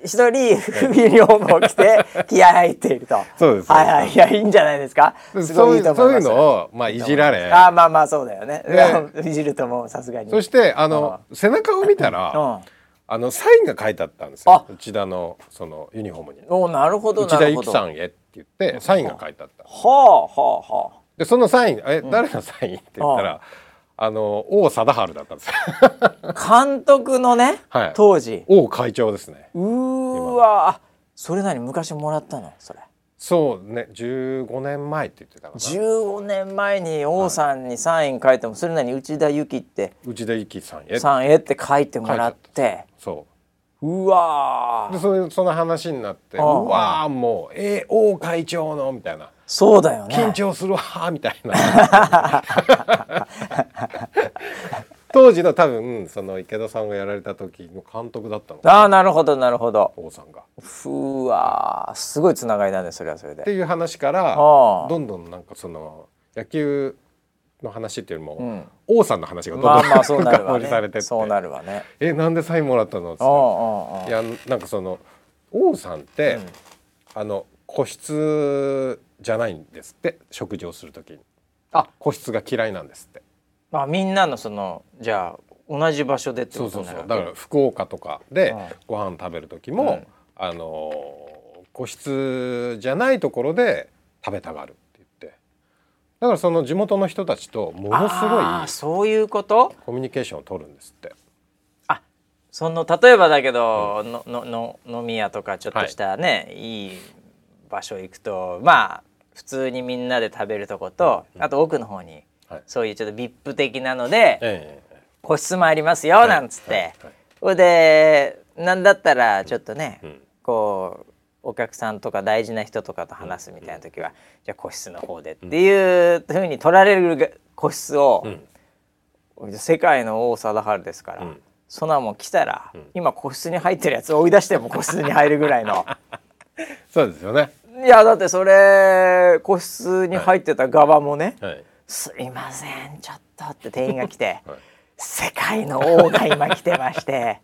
S1: 一、人ユニフォームを着て気合入っていると
S2: そうです
S1: はいはいいやいいんじゃないですかす
S2: そ
S1: ごい
S2: うい
S1: いいうと
S2: そ
S1: 思
S2: う
S1: いま
S2: いう
S1: す
S2: のを、まあ、いじられ
S1: あーまあまあそうだよね、<laughs>
S2: で
S1: いじるともうさすがに
S2: そしてあの背中を見た
S1: <laughs>
S2: ら、
S1: うん
S2: あのサインが書いてあったんですよ
S1: あ
S2: 内田のそのユニフォームに
S1: おなるほど
S2: 内
S1: な
S2: 田
S1: る
S2: 有
S1: ほ
S2: 紀
S1: ど
S2: さんへって言ってサインが書いてあった
S1: はあはあはあ
S2: でそのサイン「え誰のサイン?」って言ったらあの王貞治だったんです
S1: <laughs>
S2: よ
S1: 監督のね、
S2: はい
S1: 当時
S2: 王会長ですね
S1: うーわあそれなに昔もらったのそれ
S2: そうね15年前って言ってたかな
S1: 15年前に王さんにサイン書いてもそれなに内田有紀って
S2: 内田有紀さんへ
S1: さんへって書いてもらって
S2: そう
S1: わ
S2: うで
S1: ー
S2: それその話になって「う
S1: ああ
S2: わーもうえー王会長の」みたいな
S1: そうだよね
S2: 緊張するわーみたいな
S1: <laughs>
S2: 当時の多分その池田さんがやられた時の監督だったの
S1: ああなるほどなるほど
S2: 王さんが。っ
S1: ふわーすごいつながりだねそれはそれ
S2: て
S1: で
S2: いう話から
S1: ああ
S2: どんどんなんかその野球の話っていうよりも、
S1: ん
S2: 王さんの話がどんどん
S1: まあまあそうなる
S2: <laughs> 深掘
S1: わ
S2: りされて
S1: ね
S2: って
S1: そうなるわね
S2: えなんでサインもらったの?」っつ
S1: う
S2: っ
S1: んうんうん
S2: ていやなんかその王さんって、あの個室じゃないんですって食事をする時に
S1: あ
S2: 個室が嫌いなんですって。
S1: まあみんなのそのじゃあ同じ場所でって
S2: そ
S1: こ
S2: う
S1: と
S2: そう
S1: にな
S2: そ
S1: るわ
S2: う
S1: け
S2: だから福岡とかで
S1: うん
S2: ご飯食べる時も、あのー個室じゃないところで食べたがるって言ってだからその地元の人たちとものすごい
S1: あーそういうこと
S2: コミュニケーションを取るんですって
S1: あその例えばだけど、ののの飲み屋とかちょっとしたね、い、い場所行くとまあ普通にみんなで食べるとこと、あと奥の方に、
S2: はい
S1: そういうちょっと VIP 的なので、
S2: ええ
S1: 個室もありますよなんつって、
S2: はいはい
S1: それでなんだったらちょっとね、
S2: ん
S1: こうお客さんとか大事な人とかと話すみたいな時は、じゃあ個室の方でっていうふうに取られるが個室を、世界の王貞治ですから、
S2: ん
S1: そんなもん来たら、今個室に入ってるやつ追い出しても個室に入るぐらいの。
S2: そうですよね。
S1: <laughs> いやだってそれ個室に入ってた側もね、
S2: はい。
S1: すいませんちょっとって店員が来て、
S2: <laughs> はい
S1: 世界の王が今来てまして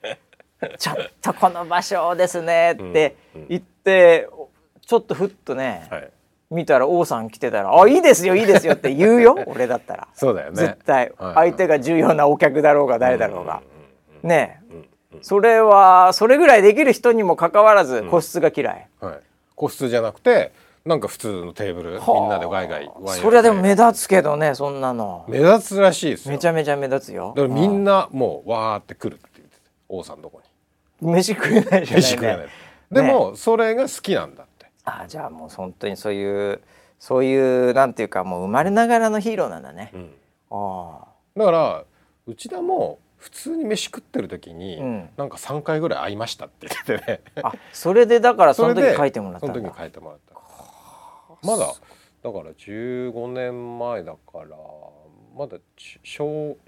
S2: <laughs>
S1: ちょっとこの場所をですねって言って、ちょっとふっとね、
S2: はい。
S1: 見たら王さん来てたら「あいいですよいいですよ」って言う
S2: <laughs>
S1: よ俺だったら、
S2: そうだよね。
S1: 絶対、
S2: はい
S1: 相手が重要なお客だろうが誰だろうが、ねえ、それはそれぐらいできる人にもかかわらず個室が嫌い、
S2: はい。個室じゃなくて、なんか普通のテーブル、みんなでガイガイ。ワイワイ
S1: それでも目立つけどねそんなの
S2: 目立つらしいですよ。
S1: めちゃめちゃ目立つよ
S2: だからみんなもうわーって来るって言ってて王さんどこに
S1: 飯食えないじゃない、ね、
S2: 飯食えないでもそれが好きなんだって
S1: ああじゃあもう本当にそういうそういうなんていうかもう生まれながらのヒーローなんだね、ああ
S2: だから内田も普通に飯食ってる時に、
S1: うん
S2: なんか3回ぐらい会いましたって言っててね
S1: あそれでだからその
S2: れで
S1: 時書いてもらったん
S2: その
S1: だ
S2: 時書いてもらったまだだから15年前だからまだち小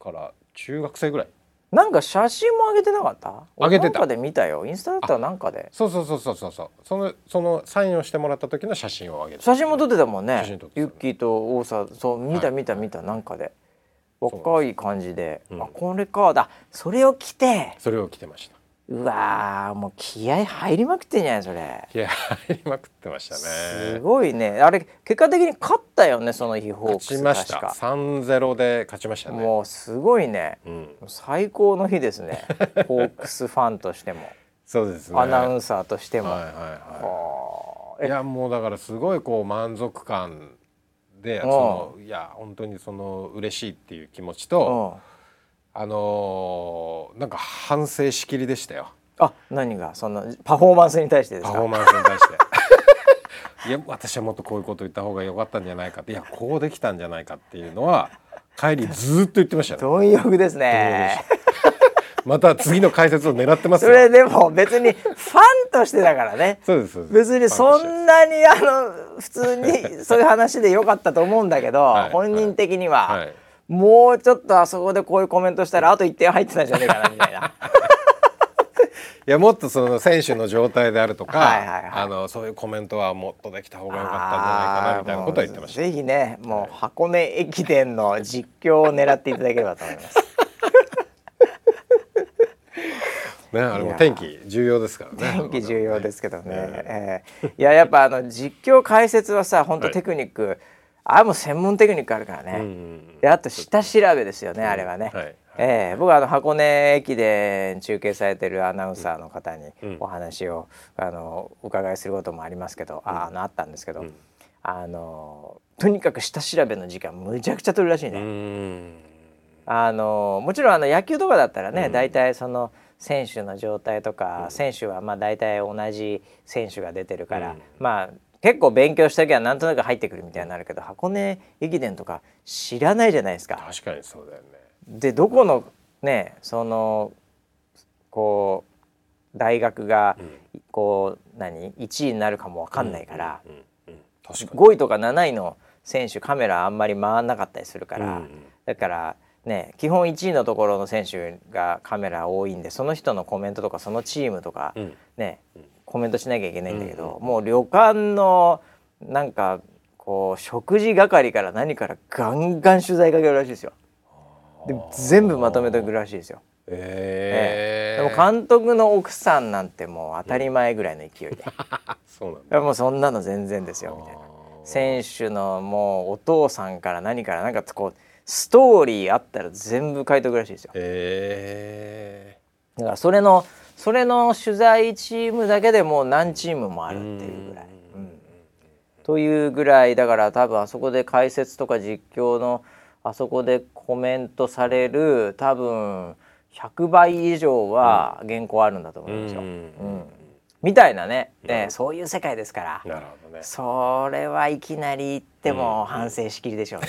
S2: から中学生ぐらい
S1: なんか写真も上げてなかった
S2: 上げてた
S1: なんかで見たよインスタだったらなんかで
S2: そうそうそうそうそうそうそのそのサインをしてもらった時の写真をあげて
S1: 写真も撮ってたもんね
S2: 写真撮ってた
S1: ユッキーと王さんそう見た見た見たなんかで若い感じで、
S2: うん
S1: あこれかだそれを着て
S2: それを着てました
S1: うわーもう気合入りまくってんじゃないそれ
S2: いや入りまくってましたね
S1: すごいねあれ結果的に勝ったよねその日ホー
S2: 勝
S1: クス
S2: ちました
S1: 確か
S2: 3ゼ0で勝ちましたね、
S1: もうすごいね
S2: うん、
S1: 最高の日ですね
S2: <laughs>
S1: ホークスファンとしても
S2: そうですね
S1: アナウ
S2: ン
S1: ンサーとしても、
S2: はいはいはいいやもうだからすごいこう満足感でそのいや本当にその嬉しいっていう気持ち
S1: う
S2: と
S1: ん、
S2: あのーなんか反省しきりでしたよ
S1: あ何がそのパフォーマンスに対してです
S2: パフォ
S1: か
S2: ーマンスに対
S1: <laughs>
S2: していや私はもっとこういうこと言った方が良かったんじゃないかっていやこうできたんじゃないかっていうのは帰りずーっと言ってましたね
S1: 貪欲ですね
S2: <laughs> また次の解説を狙ってます
S1: そ
S2: よ
S1: れでも別にファンとしてだからね
S2: そうですそうです
S1: 別にそ
S2: ファンとして
S1: んなにあの普通
S2: <laughs>
S1: にそういう話でよかったと思うんだけど、
S2: はい
S1: 本人的には、
S2: はい
S1: もうちょっとあそこでこういうコメントしたらあと1点入ってたんじゃねえかなみたい
S2: <laughs>
S1: な。
S2: いやもっとその選手の状態であるとか
S1: はいはいはい
S2: あのそういうコメントはもっとできた方が良かったんじゃないかなみたいなことは言ってました
S1: あーもうぜひねもう箱根駅伝の実況を狙っていただければと思います
S2: ねあれ
S1: い
S2: も
S1: や
S2: 天気重要ですからね
S1: <laughs> 天気重要ですけ
S2: <laughs>
S1: どね、
S2: ね
S1: ええいややっぱあの実況解説はさ本当
S2: はい
S1: テクニック、あれも専門テクニックあるからね、
S2: うんうん
S1: であと下調べですよね、あれはね、
S2: はいはい
S1: ええ僕はあの箱根駅伝中継されてるアナウンサーの方に
S2: ん
S1: お話を、あのお伺いすることもありますけど、ああのあったんですけど、あのとにかく下調べの時間むちゃくちゃ取るらしいね、
S2: うんうん
S1: あのもちろんあの野球とかだったらね、大体その選手の状態とか、選手はまあ大体同じ選手が出てるから、まあ結構勉強したきゃなんとなく入ってくるみたいになるけど箱根駅伝とか知らないじゃないですか。
S2: 確かにそうだよね
S1: でどこのねそのこう大学が、こう何1位になるかもわかんないから、
S2: うんうん確かに
S1: 5位とか7位の選手カメラあんまり回んなかったりするから、
S2: うんうん
S1: だからね基本1位のところの選手がカメラ多いんでその人のコメントとかそのチームとか、
S2: うん
S1: ねコメントしなきゃいけないんだけど、もう旅館のなんかこう食事係から何からガンガン取材かけるらしいですよ。で全部まとめてくるらしいですよ。
S2: ええ
S1: でも監督の奥さんなんてもう当たり前ぐらいの <laughs> 勢いで、
S2: そうなんだ
S1: もうそんなの全然ですよみたいな選手のもうお父さんから何からなんかこうストーリーあったら全部書いておくらしいですよ
S2: え
S1: だからそれのそれの取材チームだけでもう何チームもあるっていうぐらい。うんというぐらいだから多分あそこで解説とか実況のあそこでコメントされる多分100倍以上は原稿あるんだと思
S2: え
S1: いますよ。
S2: うん
S1: うんみたいなね、ね
S2: うん
S1: そういう世界ですから、
S2: なるほどね
S1: それはいきなり言っても反省しきりでしょうね。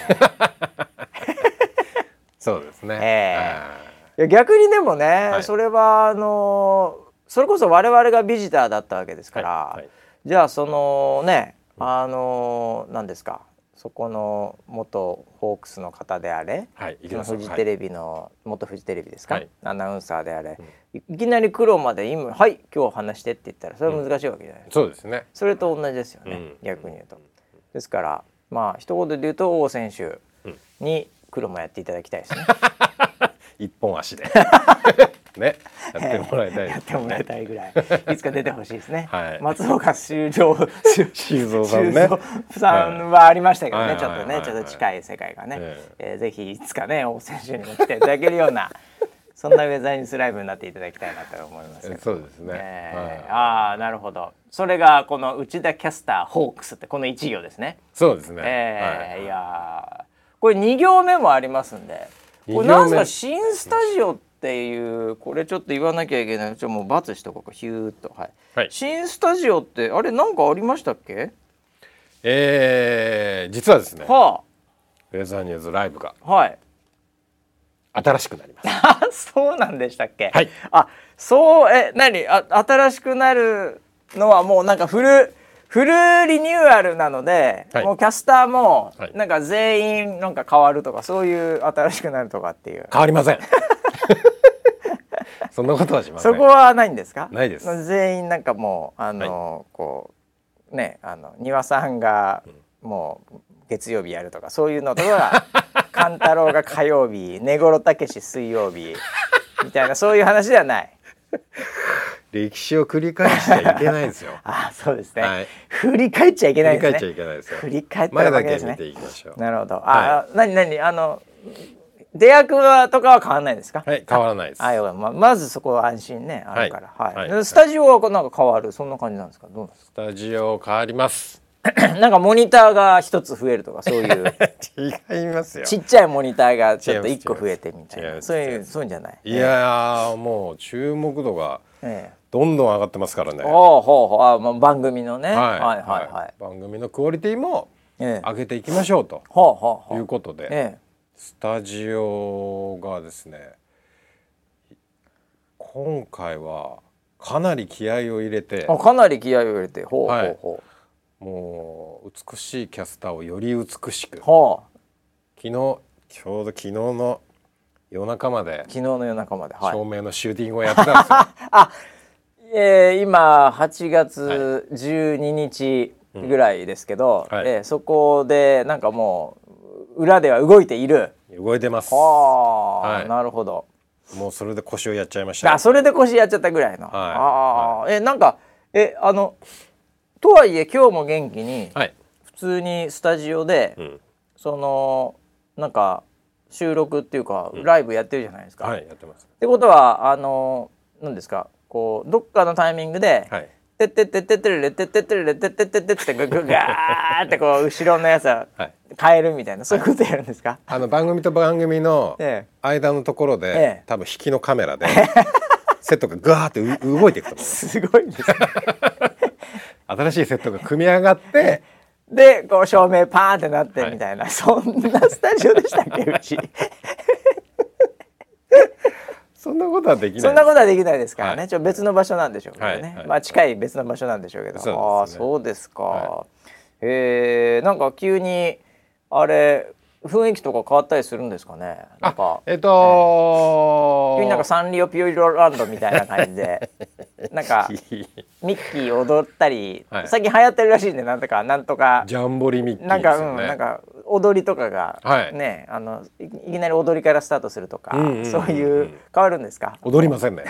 S2: そうですね、
S1: ええ
S2: あ
S1: いや逆にでもね、
S2: い
S1: それはあのそれこそ我々がビジターだったわけです
S2: ー
S1: から、
S2: はいはい
S1: じゃあそのねあの何ですかそこの元ホークスの方であれ
S2: はい、
S1: そのフジ
S2: は
S1: テ
S2: い
S1: レビの、元フジテレビですか、
S2: はい
S1: アナウンサーであれ、いいきなり苦労まで今「はい今日話して」って言ったらそれは難しいわけじゃないですか、
S2: そうですね
S1: それと同じですよね、
S2: うん
S1: 逆に言うと。ですからまあ一言で言うと王選手に苦労もやっていただきたいですね。
S2: 一
S1: <laughs>
S2: 本足でねやってもらいたい
S1: や
S2: で
S1: っ
S2: す
S1: てもらいたいぐらい、いつか出てほしいですね。
S2: <laughs> はい
S1: 松岡修造修
S2: 修造さんね
S1: 造さんはありましたけどね、
S2: はい
S1: ちょっとね
S2: はい、はいはい
S1: ちょっと近い世界がね、
S2: え
S1: えーぜひいつかね、大選手にも来ていただけるような。 <laughs> そんなウェザーニュースライブになっていただきたいなと思いますけど。
S2: そうですね、
S1: えー
S2: はい
S1: ああ、なるほど。それがこの内田キャスターホークスってこの一行ですね。
S2: そうですね、
S1: えー
S2: はい
S1: い、やーこれ2行目もありますんでこ
S2: 二行
S1: れ
S2: 目
S1: なんすか新スタジオっていうこれちょっと言わなきゃいけないちょっともうバツしとこうかヒューっとはい、
S2: はい
S1: 新スタジオってあれなんかありましたっけ
S2: えー実はですね
S1: は
S2: ウェザーニューズライブが
S1: あはい <laughs>
S2: 新しくなります
S1: あそうなんでしたっけ、
S2: はい
S1: あそうえ何あ新しくなるのはもうなんかフルフルリニューアルなので、
S2: はい
S1: もうキャスターも
S2: はい
S1: なんか全員なんか変わるとか、そういう新しくなるとかっていう
S2: 変わりま
S1: <laughs>
S2: せんそんなことはしません
S1: そこはないんですか？
S2: ないです
S1: 全員なんかもうあの、こうねあの庭さんがもう月曜日やるとかそういうのと
S2: <laughs>
S1: か、勘太郎が火曜日、根頃たけし水曜日みたいなそういう話ではない。
S2: 歴史を繰り返しちゃいけないですよ
S1: <laughs> あ、そうですね、
S2: はい
S1: 振り返っちゃいけな
S2: 振
S1: い
S2: り
S1: で
S2: 返っ
S1: す
S2: ちゃい
S1: ね。
S2: けないですよ
S1: 振り返ったら
S2: 前だ
S1: 負け
S2: け
S1: です
S2: 見
S1: ね
S2: て。いきましょう
S1: なるほど。あ、なになにあの出役はとかは変わらないですか？
S2: はい変わらないです
S1: あよかったままずそこは安心ねあるから、は
S2: はいい
S1: で
S2: はい
S1: スタジオはなんか変わるそんな感じなんですかどうなんです
S2: スタジオ変わります
S1: <laughs> かなんかモニターが一つ増えるとかそういう
S2: <laughs> 違いますよ
S1: ちっちゃいモニターがちょっと一個
S2: 違います
S1: 増えてみたい
S2: 違い
S1: な
S2: ます
S1: そういうそういうんじゃない
S2: いやーもう注目度が
S1: ええ
S2: どんどん上がってますからね
S1: ああほうほうあ、まあ、番組のね、はい、はいはいはい
S2: 番組のクオリティも
S1: ええ
S2: 上げていきましょうと
S1: ほうほうほ
S2: いう
S1: う
S2: ことで、
S1: え
S2: スタジオがですね今回はかなり気合を入れて
S1: えあかなり気合を入れてほうほ
S2: は
S1: う
S2: い
S1: ほう、
S2: もう美しいキャスターをより美しく昨
S1: ほう
S2: 日ちょうど昨日の夜中まで
S1: 昨日の夜中まではい
S2: 照明のシューティングをやってたんですよ、
S1: あ、えー、今8月12日ぐらいですけど、
S2: うんはい
S1: えーそこでなんかもう裏では動いている。 <laughs>
S2: 動いてます
S1: あ
S2: も
S1: あ、
S2: はい
S1: なるほど。
S2: うそれで腰をやっちゃいました
S1: あ、それで腰やっちゃったぐらいの。ああ、えなんかえあのとはいえ今日も元気に
S2: はい、
S1: 普通にスタジオで、
S2: うん、
S1: そのなんか収録っていうかライブやってるじゃないですか。
S2: はいやってます
S1: ってことはあの何ですかこうどっかのタイミングで、
S2: はい
S1: てってってってってれてってってれてってってってってぐぐがーってこう後ろのやつは
S2: はい
S1: 変えるみたいなそういうことやるんですか。
S2: あの番組と番組の
S1: ええ
S2: 間のところで、
S1: ええ
S2: 多分引きのカメラで <laughs> セットがガーってう動いていくと思う
S1: すごいですね。
S2: 新しいセットが組み上がって
S1: でこう照明パーンってなってみたいな、そんなスタジオでしたっけ
S2: <laughs>
S1: うち。
S2: そんなことはできない
S1: そんなことはできないですからね、
S2: はい
S1: ちょっと別の場所なんでしょうけどね、
S2: はいはい
S1: まあ近い別の場所なんでしょうけど、
S2: そうですね
S1: ああそうですか、
S2: は
S1: えー、なんか急にあれ雰囲気とか変わったりするんですかねなんか
S2: あえっ、と
S1: 急になんかサンリオピューロランドみたいな感じ
S2: <laughs>
S1: でなんかミッキー踊ったり、
S2: はい
S1: 最近流行ってるらしいんでなんとかなんとか
S2: <laughs> ジャンボリミッキー
S1: なん
S2: です
S1: か、
S2: よ
S1: うん、
S2: ね
S1: なんか踊りとかが、
S2: はい
S1: ね、あのいいきなり踊りからスタートするとか、
S2: うんうんうんうん
S1: そういう変わるんですか？
S2: 踊りま
S1: <laughs>
S2: せんね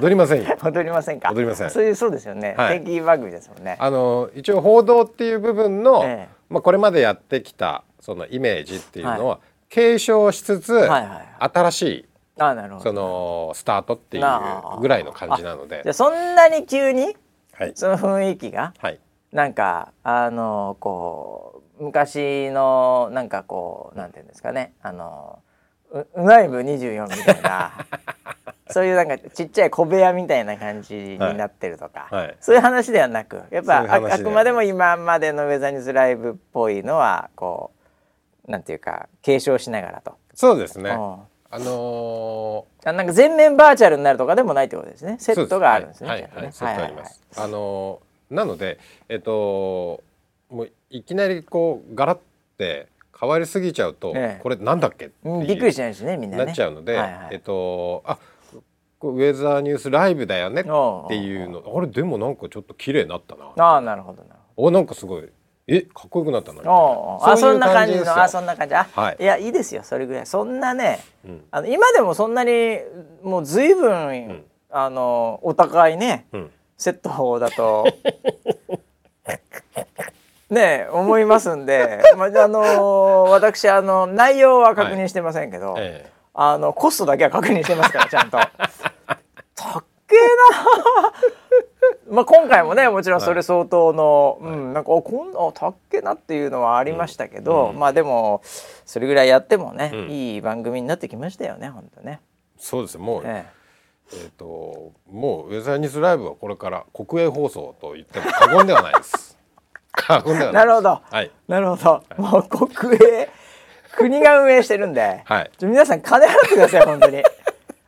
S2: 踊りませんよ
S1: 踊りませんか。
S2: 踊りません
S1: そういうそうですよね。
S2: はい
S1: 天気番組ですもんね。
S2: あの一応報道っていう部分の、
S1: ええ
S2: まあ、これまでやってきたそのイメージっていうのは継承しつつ、
S1: いはいはい
S2: 新しい
S1: ああなるほ
S2: そ
S1: ど。
S2: のスタートっていうぐらいの感じなので
S1: じゃあそんなに急に
S2: はい、
S1: その雰囲気が
S2: はい、
S1: なんかあのこう昔のなんかこうなんていうんですかねあのううないぶ24みたいな
S2: <laughs>
S1: そういうなんかちっちゃい小部屋みたいな感じになってるとか、
S2: はいはい
S1: そういう話ではなくやっぱ
S2: そうい
S1: あ
S2: う話ではな
S1: あ
S2: い
S1: くまでも今までのウェザーニュースライブっぽいのはこうなんていうか継承しながらと。
S2: そうですね。
S1: うん
S2: あの
S1: あなんか全面バーチャルになるとかでもないってことですね。セ
S2: ー
S1: ットがあるんですね。
S2: はいはい
S1: ちゃんと
S2: は
S1: ね
S2: い、セットあります。あのーなのでえっともういきなりこうガラって変わりすぎちゃうと、
S1: ええ
S2: これなんだっけって
S1: はいはいうん
S2: い
S1: びっくり
S2: う
S1: しないしね、みんなね。
S2: なっちゃうので、
S1: はいはい
S2: えっとあこれウェザーニュースライブだよねっ
S1: おうおうおう
S2: ていうのあれでもなんかちょっと綺麗になったな
S1: ああ、なるほどなる
S2: おなんかすごいえかっこよくなったなみたいな
S1: ほど。ああ、そ
S2: うん
S1: な感じ
S2: ですよ
S1: の、あそんな感じ。あ、
S2: はい
S1: い、や、いいですよ、それぐらい。そんなね、
S2: うん
S1: あの今でもそんなに、もう随分、
S2: ん
S1: あの、お互いね、
S2: うん
S1: セットだ
S2: <laughs>
S1: と。ねえ、思いますんで、まあ、あの私、あの、内容は確認してませんけど。
S2: え
S1: あのコストだけは確認してますからちゃんと。 <laughs> たっけえな。まあ <laughs> 今回もねもちろんそれ相当の、うんなんかあこんあたっけえなっていうのはありましたけど、まあでもそれぐらいやってもね、
S2: うん
S1: いい番組になってきましたよね本当ね。
S2: えそうですねもう、
S1: え
S2: えっ、ともうウェザーニュースライブはこれから国営放送と言っても過言ではない
S1: <laughs>
S2: です。過言で
S1: え
S2: はないです。
S1: なるほど、
S2: はい
S1: なるほど、もう国営国が運営してるんで、
S2: はい
S1: ちょ皆さん金払ってください本当に。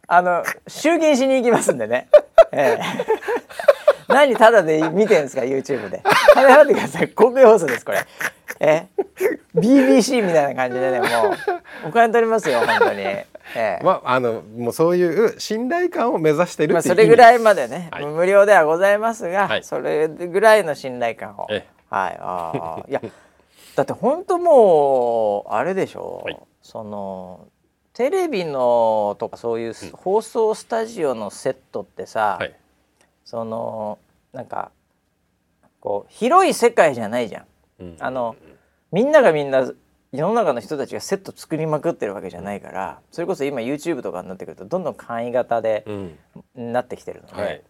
S1: あの集金しに行きますんでね。ええ何ただで見てんですか YouTube で。金払ってください。国営放送ですこれ。ええ BBC みたいな感じでねもうお金取りますよ本当に。ええ
S2: まああのもうそういう信頼感を目指してる
S1: まあ
S2: っていう
S1: そ
S2: 意味
S1: れぐらいまでね、
S2: はい
S1: 無料ではございますが、
S2: はい
S1: それぐらいの信頼感を、
S2: ええ
S1: はいああいやだって本当もうあれでしょう、
S2: はい
S1: そのテレビのとかそういう放送スタジオのセットってさ、
S2: はい
S1: そのなんかこう広い世界じゃないじゃん。
S2: うん
S1: あのみんながみんな世の中の人たちがセット作りまくってるわけじゃないからそれこそ今 YouTube とかになってくるとどんどん簡易型で
S2: うん
S1: なってきてるので、
S2: はい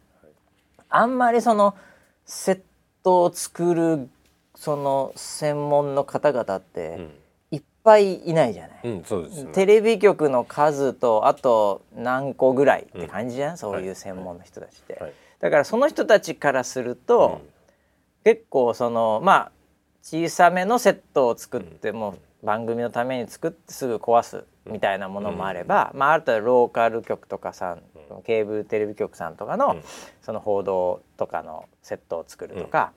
S1: あんまりそのセットを作るその専門の方々っ
S2: う
S1: て
S2: ん
S1: いっぱいいないじゃない、
S2: うんそうですね。
S1: テレビ局の数とあと何個ぐらいって感じじゃん、そういう専門の人たちって、
S2: はい
S1: だからその人たちからすると、結構そのまあ小さめのセットを作っても番組のために作ってすぐ壊すみたいなものもあれば、まあ、ある程度ローカル局とかさんケーブルテレビ局さんとかの、
S2: うん
S1: その報道とかのセットを作るとか、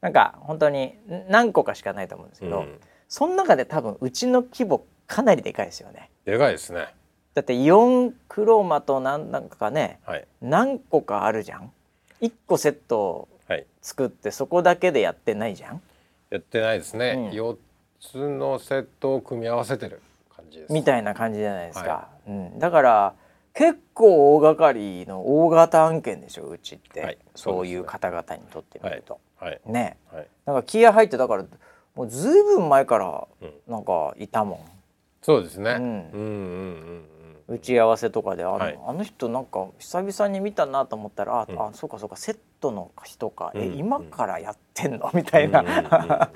S1: なんか本当にん何個かしかないと思うんです
S2: う
S1: け
S2: ん
S1: ど、
S2: うん
S1: その中で多分うちの規模かなりでかいですよね。
S2: でかいですね。
S1: だってイオンクローマとなんなんかね
S2: はい
S1: 何個かあるじゃん1個セットを
S2: はい
S1: 作ってそこだけでやってないじゃん
S2: やってないですね
S1: う。ん
S2: 四、つのセットを組み合わせてる感じです。
S1: みたいな感じじゃないですか、
S2: は
S1: うん、だから結構大掛かりの大型案件でしょうちって、
S2: はい
S1: そういう方々にとってみると、
S2: はい
S1: ね
S2: はい
S1: なんか気合入ってだからもうずいぶん前から
S2: うん
S1: なんかいたも
S2: そうですね。
S1: う
S2: うんんうんうんうん
S1: ん打ち合わせとかであの,、
S2: はい
S1: あの人なんか久々に見たなと思ったら、あ
S2: うん
S1: あそうかそうかセットの人か、
S2: う
S1: え
S2: ん
S1: 今からやってんのみ
S2: う
S1: たい
S2: んうんうん
S1: な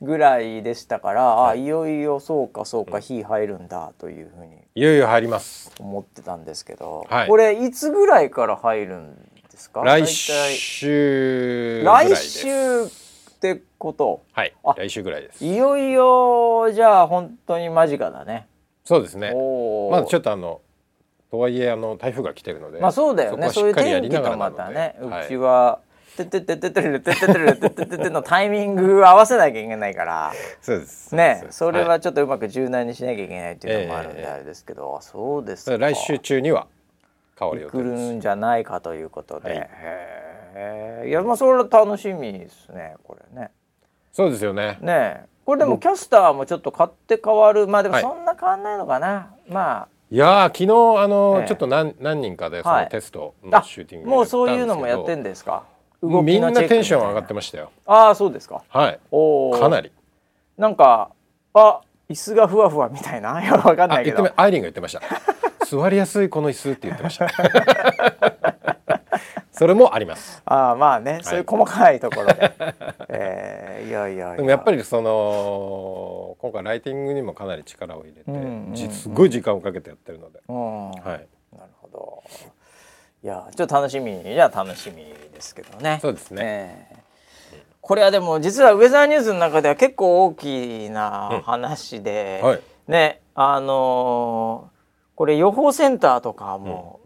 S2: う
S1: <laughs>
S2: ん
S1: ぐらいでしたから、
S2: は
S1: あ
S2: い
S1: いよいよそうかそうか火入るんだというふうに
S2: いよいよ入ります。
S1: 思ってたんですけど、
S2: はい
S1: これいつぐらいから入るんですか
S2: 来週
S1: 大体
S2: ぐらい
S1: 来
S2: です
S1: 週ってこと
S2: はい
S1: あ
S2: 来週ぐらいです
S1: いよいよじゃあ本当に間近だね。
S2: そうですね
S1: おー
S2: まだちょっとあのとはいえあの台風が来てるので
S1: まあそうだよね。
S2: そ
S1: そ
S2: こ
S1: うい
S2: は
S1: う
S2: しっかりや
S1: 天
S2: り
S1: 気
S2: なが
S1: と
S2: ら
S1: ま
S2: なので
S1: たね、
S2: はいう
S1: ちは。てってってってってるてってってるてってってってのタイミング合わせなきゃいけないから
S2: そうです
S1: ね
S2: うです
S1: それはいちょっとうまく柔軟にしなきゃいけないっていうのもあるん
S2: ええ
S1: で
S2: ええ
S1: あれですけど、あそうです
S2: だ
S1: か
S2: から来週中には変わる予
S1: 来
S2: 定です
S1: るんじゃないかということで、
S2: はい
S1: へえいやまあそれは楽しみですねこれね
S2: そうですよね
S1: ねえこれでもキャスターもちょっと買って変わるまあでも
S2: はい
S1: そんな変わんないのかな、ま
S2: いやー昨日あの、
S1: ええ
S2: ちょっと何何人かでそ
S1: は
S2: の
S1: い
S2: テスト
S1: あ
S2: の
S1: あ
S2: シューティング
S1: もうそういうのもやってん
S2: ん
S1: ですか
S2: もうみんなテンション上がって
S1: ま
S2: ましたよ
S1: すああそうですか
S2: はい
S1: おお
S2: かなり
S1: なんかあ椅子がふわふわみたいな <laughs> いやわかんな
S2: あ
S1: いけ
S2: 言っ
S1: ど
S2: てみアイリンが言ってました
S1: <laughs>
S2: 座りやすいこの椅子って言ってました <laughs> それもあります
S1: ああまあね、そういう細かいところで、 <laughs> えー、いやいやいや
S2: でもやっぱりその今回ライティングにもかなり力を入れて、
S1: うんうんうん
S2: じすごい時間をかけてやってるので、
S1: うん、
S2: はい、
S1: なるほどいやちょっと楽しみにじゃあ楽しみですけどね。
S2: そうですね
S1: ええこれはでも実はウェザーニュースの中では結構大きな話で、
S2: うんはい
S1: ねあのーこれ予報センターとかも、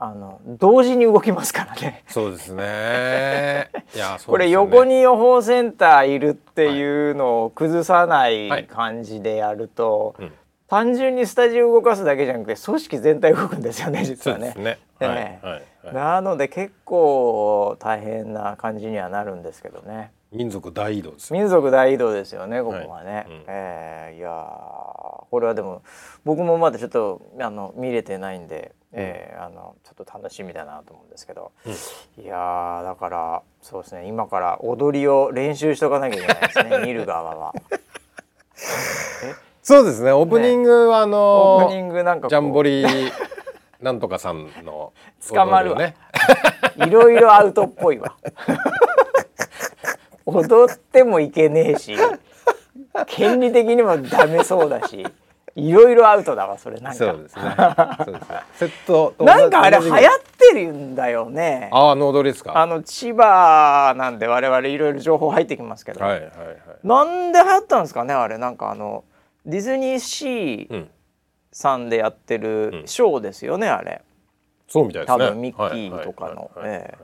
S1: あの同時に動きますからね。
S2: そうです
S1: <laughs>
S2: ね。いや、そうですよね
S1: これ横。に予報センターいるっていうのを崩さない感じでやると、
S2: うん
S1: 単純にスタジオ動かすだけじゃなくて組織全体動くんですよね実
S2: そう
S1: は
S2: で
S1: ね
S2: す。ね。
S1: ええ
S2: はい。はいは
S1: なので結構大変な感じにはなるんですけどね
S2: い。民族大移動ですよ。
S1: 民族大移動ですよねここはね、
S2: いうん
S1: えーいやーこれはでも僕もまだちょっとあの見れてないんで、えーあのちょっと楽しみだなと思うんですけど、いやーだからそうですね今から踊りを練習しとかなきゃいけないです
S2: <laughs>
S1: ね見る側は
S2: そうですね。オープニングはあ
S1: オ
S2: の
S1: ープニングなんか
S2: ジャンボ
S1: リ
S2: リーなんとかさんの
S1: 捕まるわ
S2: 踊りをね。
S1: いろいろアウトっぽいわ踊ってもいけねえし権利的にもダメそうだしいろいろアウトだわそれ <laughs> なん
S2: そ
S1: か
S2: うですね。そうですね。セットと同
S1: <laughs>
S2: じ
S1: なんかあれ流行っ
S2: 同じ
S1: てるんだよね
S2: ああの踊りですか。
S1: あ
S2: は
S1: の千葉なんで我々いろいろ情報入ってきますけ
S2: い
S1: ど、
S2: はいはい。
S1: なんで流行ったんですかねあれなんかあのディズニーシ
S2: う
S1: ー
S2: ん。
S1: さんでやってる
S2: うん
S1: ショーですよねあれ
S2: そうみたいですね。
S1: 多分ミッキーとかの
S2: はいはいはい
S1: え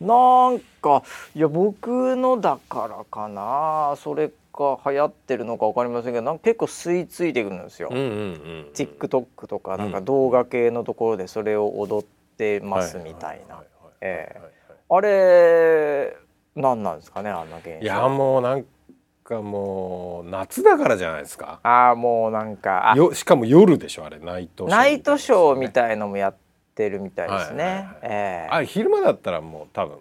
S1: なんかいや僕のだからかなそれか流行ってるのか分かりませんけどなんか結構吸い付いてくるんですよ、
S2: うんうんうんうん。
S1: TikTok とかなんか動画系のところでそれを踊ってますみたいな、
S2: ははは
S1: ええ
S2: はいは
S1: あ
S2: い
S1: れなんなんですかねあんな現象
S2: いやもうなんかもう夏だからじゃないですか。
S1: ああもうなんかあ
S2: よしかも夜でしょあれナイトショー
S1: ナイトショーみ
S2: い
S1: たいのもやってるみたいですね、
S2: はいはいはい
S1: え
S2: な
S1: え
S2: あ昼間だったらもう多分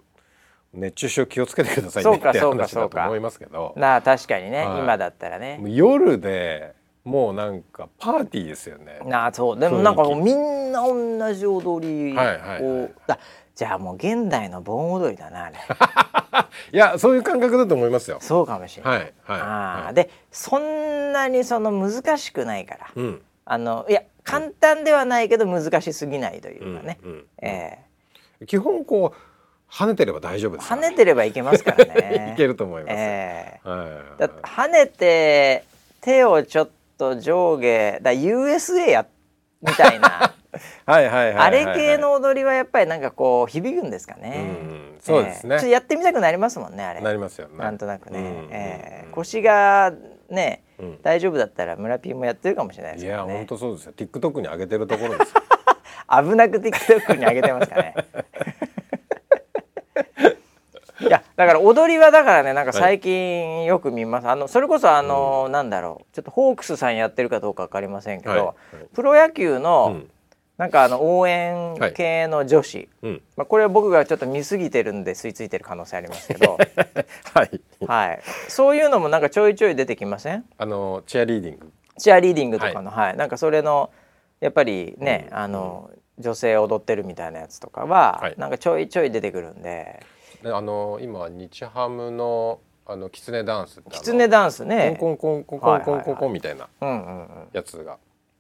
S2: 熱中症気をつけてください
S1: そ
S2: ね
S1: うか
S2: って
S1: そうか
S2: 話
S1: そ
S2: だ
S1: う
S2: と
S1: か
S2: 思いますけど
S1: なあ確かにね、
S2: はい
S1: 今だったらね
S2: もう夜でもうなんかパーティーですよね。
S1: なあそうでもなんかもう
S2: 雰
S1: みんな同じ踊りを、
S2: はいはいはい
S1: あじゃあもう現代の盆踊りだ
S2: <laughs>
S1: なあれ
S2: いやそういう感覚だと思いますよ。
S1: そうかもしれない、
S2: はいはい。
S1: あ
S2: は
S1: あ
S2: い、
S1: でそんなにその難しくないから、
S2: うん
S1: あのいや簡単ではないけど難しすぎないというかね、
S2: うん
S1: え
S2: うん、基本こう跳ねてれば大丈夫
S1: え
S2: ですか
S1: 跳
S2: ら。
S1: ねてればいけますからね
S2: <laughs> いけると思います。
S1: ええ
S2: はい
S1: だ跳ねて手をちょっと上下だ USA やみたいな
S2: <laughs> はいはいはいはいはい。
S1: あれ系の踊りはやっぱりなんかこう響くんですかね、
S2: うんうんそうですね
S1: ええちょっとやってみたくなりますもんねあれ
S2: なりますよね。
S1: なんとなくね、
S2: うんうんうん
S1: ええ腰がね
S2: うん
S1: 大丈夫だったら村ピーもやってるかもしれないです
S2: い
S1: けど
S2: や
S1: ね
S2: 本当そうですよ。TikTok に上げてるところですよ。
S1: 危なく TikTok に上げてます
S2: <laughs>
S1: からねいやだから踊りはだからねなんか最近よく見ます、あのそれこそあの、なんだろうちょっとホークスさんやってるかどうか分かりませんけど、
S2: はいはい
S1: プロ野球の、
S2: うん
S1: なんかあの応援系の女子、
S2: うん。
S1: まあ、これは僕がちょっと見過ぎてるんで吸い付いてる可能性ありますけ
S2: <laughs>
S1: ど、
S2: はい。
S1: はい、そういうのもなんかちょいちょい出てきません
S2: あのチアリーディング。
S1: チアリーディングとかの、はいなんかそれのやっぱりね、あの女性踊ってるみたいなやつとかは、
S2: はい
S1: なんかちょいちょい出てくるんで
S2: であの今日ハムのあのキツネダンスってあの。
S1: キツネダンスね
S2: コンコンコンコンコンコンコンコンみたいな
S1: うんうんうん、
S2: やつが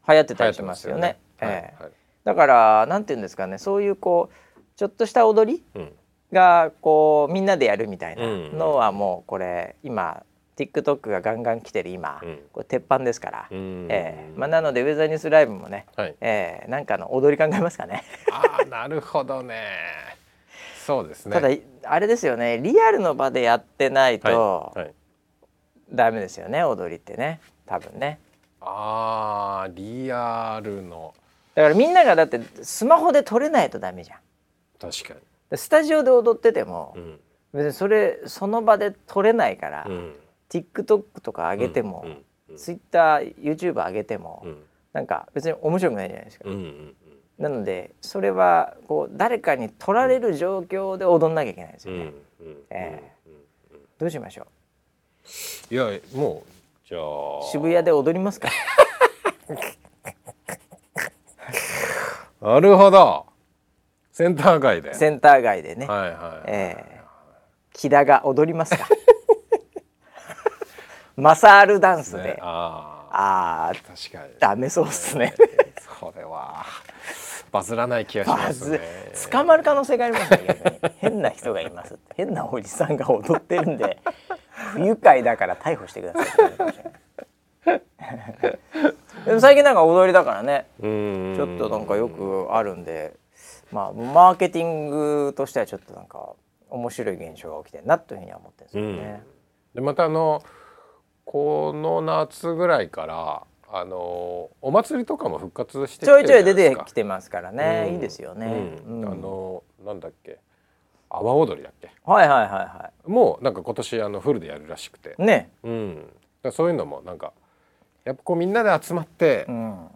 S1: 流行って
S2: 流
S1: た
S2: 行
S1: り
S2: っ
S1: してますよね。
S2: はい
S1: ええだからなんて言うんですかねそういうこうちょっとした踊り
S2: はい。うん。
S1: がこうみんなでやるみたいな
S2: うん
S1: のはもうこれ今 TikTok がガンガン来てる今、
S2: うん
S1: これ鉄板ですから、
S2: うん
S1: ええまあ、なのでウェザーニュースライブもね、
S2: はい。
S1: ええなんかの踊り考えますかね。
S2: ああなるほどね。そうですね。
S1: ただあれですよねリアルの場でやってないと
S2: はい。はい。
S1: ダメですよね、踊りってね多分ね
S2: ああリアルの
S1: だからみんながだってスマホで撮れないとダメじゃん
S2: 確か
S1: でスタジオで踊ってても
S2: に。うん。
S1: 別にそれその場で撮れないから、
S2: うん。
S1: TikTok とか上げても、
S2: うんうん
S1: TwitterYouTube 上げても、
S2: うん
S1: なんか別に面白くないじゃないですか、
S2: うんうんうん。
S1: なのでそれはこう誰かに撮られる状況で踊んなきゃいけないです
S2: う
S1: よ
S2: ん
S1: ね、
S2: うん
S1: え
S2: うんうん
S1: どうしましょ
S2: いやもうじゃ
S1: う
S2: あ
S1: 渋谷で踊り
S2: <laughs>
S1: ますか
S2: なるほどセンター街で
S1: センター街でね、
S2: はいはい、
S1: ええ木田が踊ります
S2: <laughs>
S1: かマサールダンスで、
S2: ね、あ
S1: あ
S2: あ
S1: ー
S2: 確かに
S1: ダメそうっすね
S2: それはバズらない気がし
S1: バ
S2: ます
S1: ズ
S2: ね
S1: 捕まる可能性がありますね逆に変な人がいますって変なおじさんが踊ってるんで不愉快だから逮捕してくださいって言われるかもしれないでも最近なんか踊りだからね
S2: うーん
S1: ちょっとなんかよくあるんでまあマーケティングとしてはちょっとなんか面白い現象が起きてるなというふうには思ってるんですよね。
S2: でまたあのこの夏ぐらいからあのお祭りとかも復活してき
S1: ちょいちょい
S2: て
S1: 出て
S2: るじゃなですか
S1: きてますからね、
S2: うん
S1: いいですよね。
S2: うん
S1: うん
S2: あのなんだっけ阿波踊りだっけ
S1: はいはいはいは
S2: もうなんか今年あのフルでやるらしくて、
S1: い。ね、
S2: うん、だからそういうのもなんかやっぱこうみんなで集まって、
S1: うん、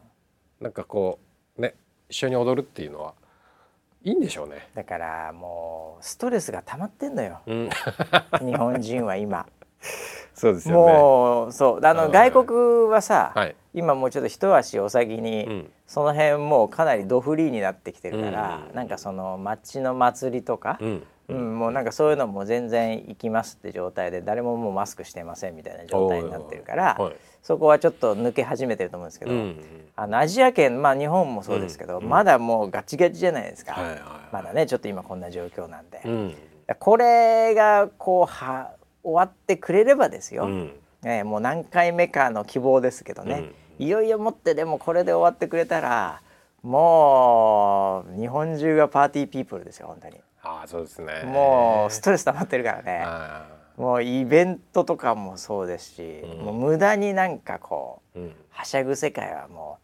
S2: なんかこうね一緒に踊るっていうのはいいんでしょうね。
S1: だからもうストレスが溜まってんのよ
S2: うん、
S1: 日本人は今。
S2: そう <laughs> ですよ
S1: もうそうあの、
S2: うん
S1: 外国はさ、
S2: ね。はい。
S1: 今もうちょっと一足お先に、
S2: うん。
S1: その辺もうかなりドフリーになってきてるから、
S2: うん
S1: なんかその町の祭りとか、
S2: うん。
S1: うん、もうなんかそういうのも全然行きますって状態で誰ももうマスクしてませんみたいな状態になってるから、
S2: はい。
S1: そこはちょっと抜け始めてると思うんですけど、
S2: うん。
S1: あのアジア圏まあ日本もそうですけど、
S2: うん
S1: まだもうガチガチじゃないですか、
S2: はいはい。
S1: まだねちょっと今こんな状況なんで、
S2: うん。
S1: これがこうは終わってくれればですよ、
S2: うん。
S1: ええもう何回目かの希望ですけどね、いよいよもってでもこれで終わってくれたらもう日本中がパーティーピープルですよ本当に。
S2: ああそうですね。
S1: もうストレス溜まってるからね、
S2: あ
S1: もうイベントとかもそうですし、
S2: うん
S1: もう無駄になんかこ
S2: ーうん。
S1: うはしゃぐ世界はも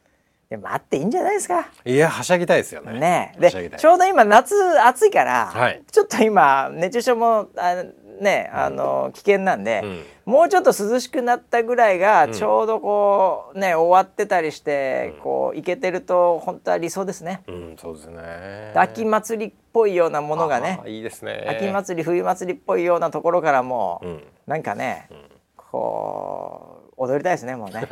S1: うでもあっていいんじゃないですか。
S2: いやはしゃぎたいですよね。
S1: ね
S2: はしゃぎ
S1: で
S2: たい
S1: ち。ょうど今夏暑いから、
S2: はい
S1: ちょっと今熱中症もあねあの、危険なんで。
S2: うん。
S1: もうちょっと涼しくなったぐらいが
S2: うん
S1: ちょうどこうね終わってたりして
S2: うん
S1: こういけてると本当は理想ですね。
S2: うんそうですね。
S1: 秋祭りっぽいようなものがね
S2: あーいいですね。
S1: 秋祭り冬祭りっぽいようなところからも
S2: うん。
S1: うなんかねこう踊りたいですねもうね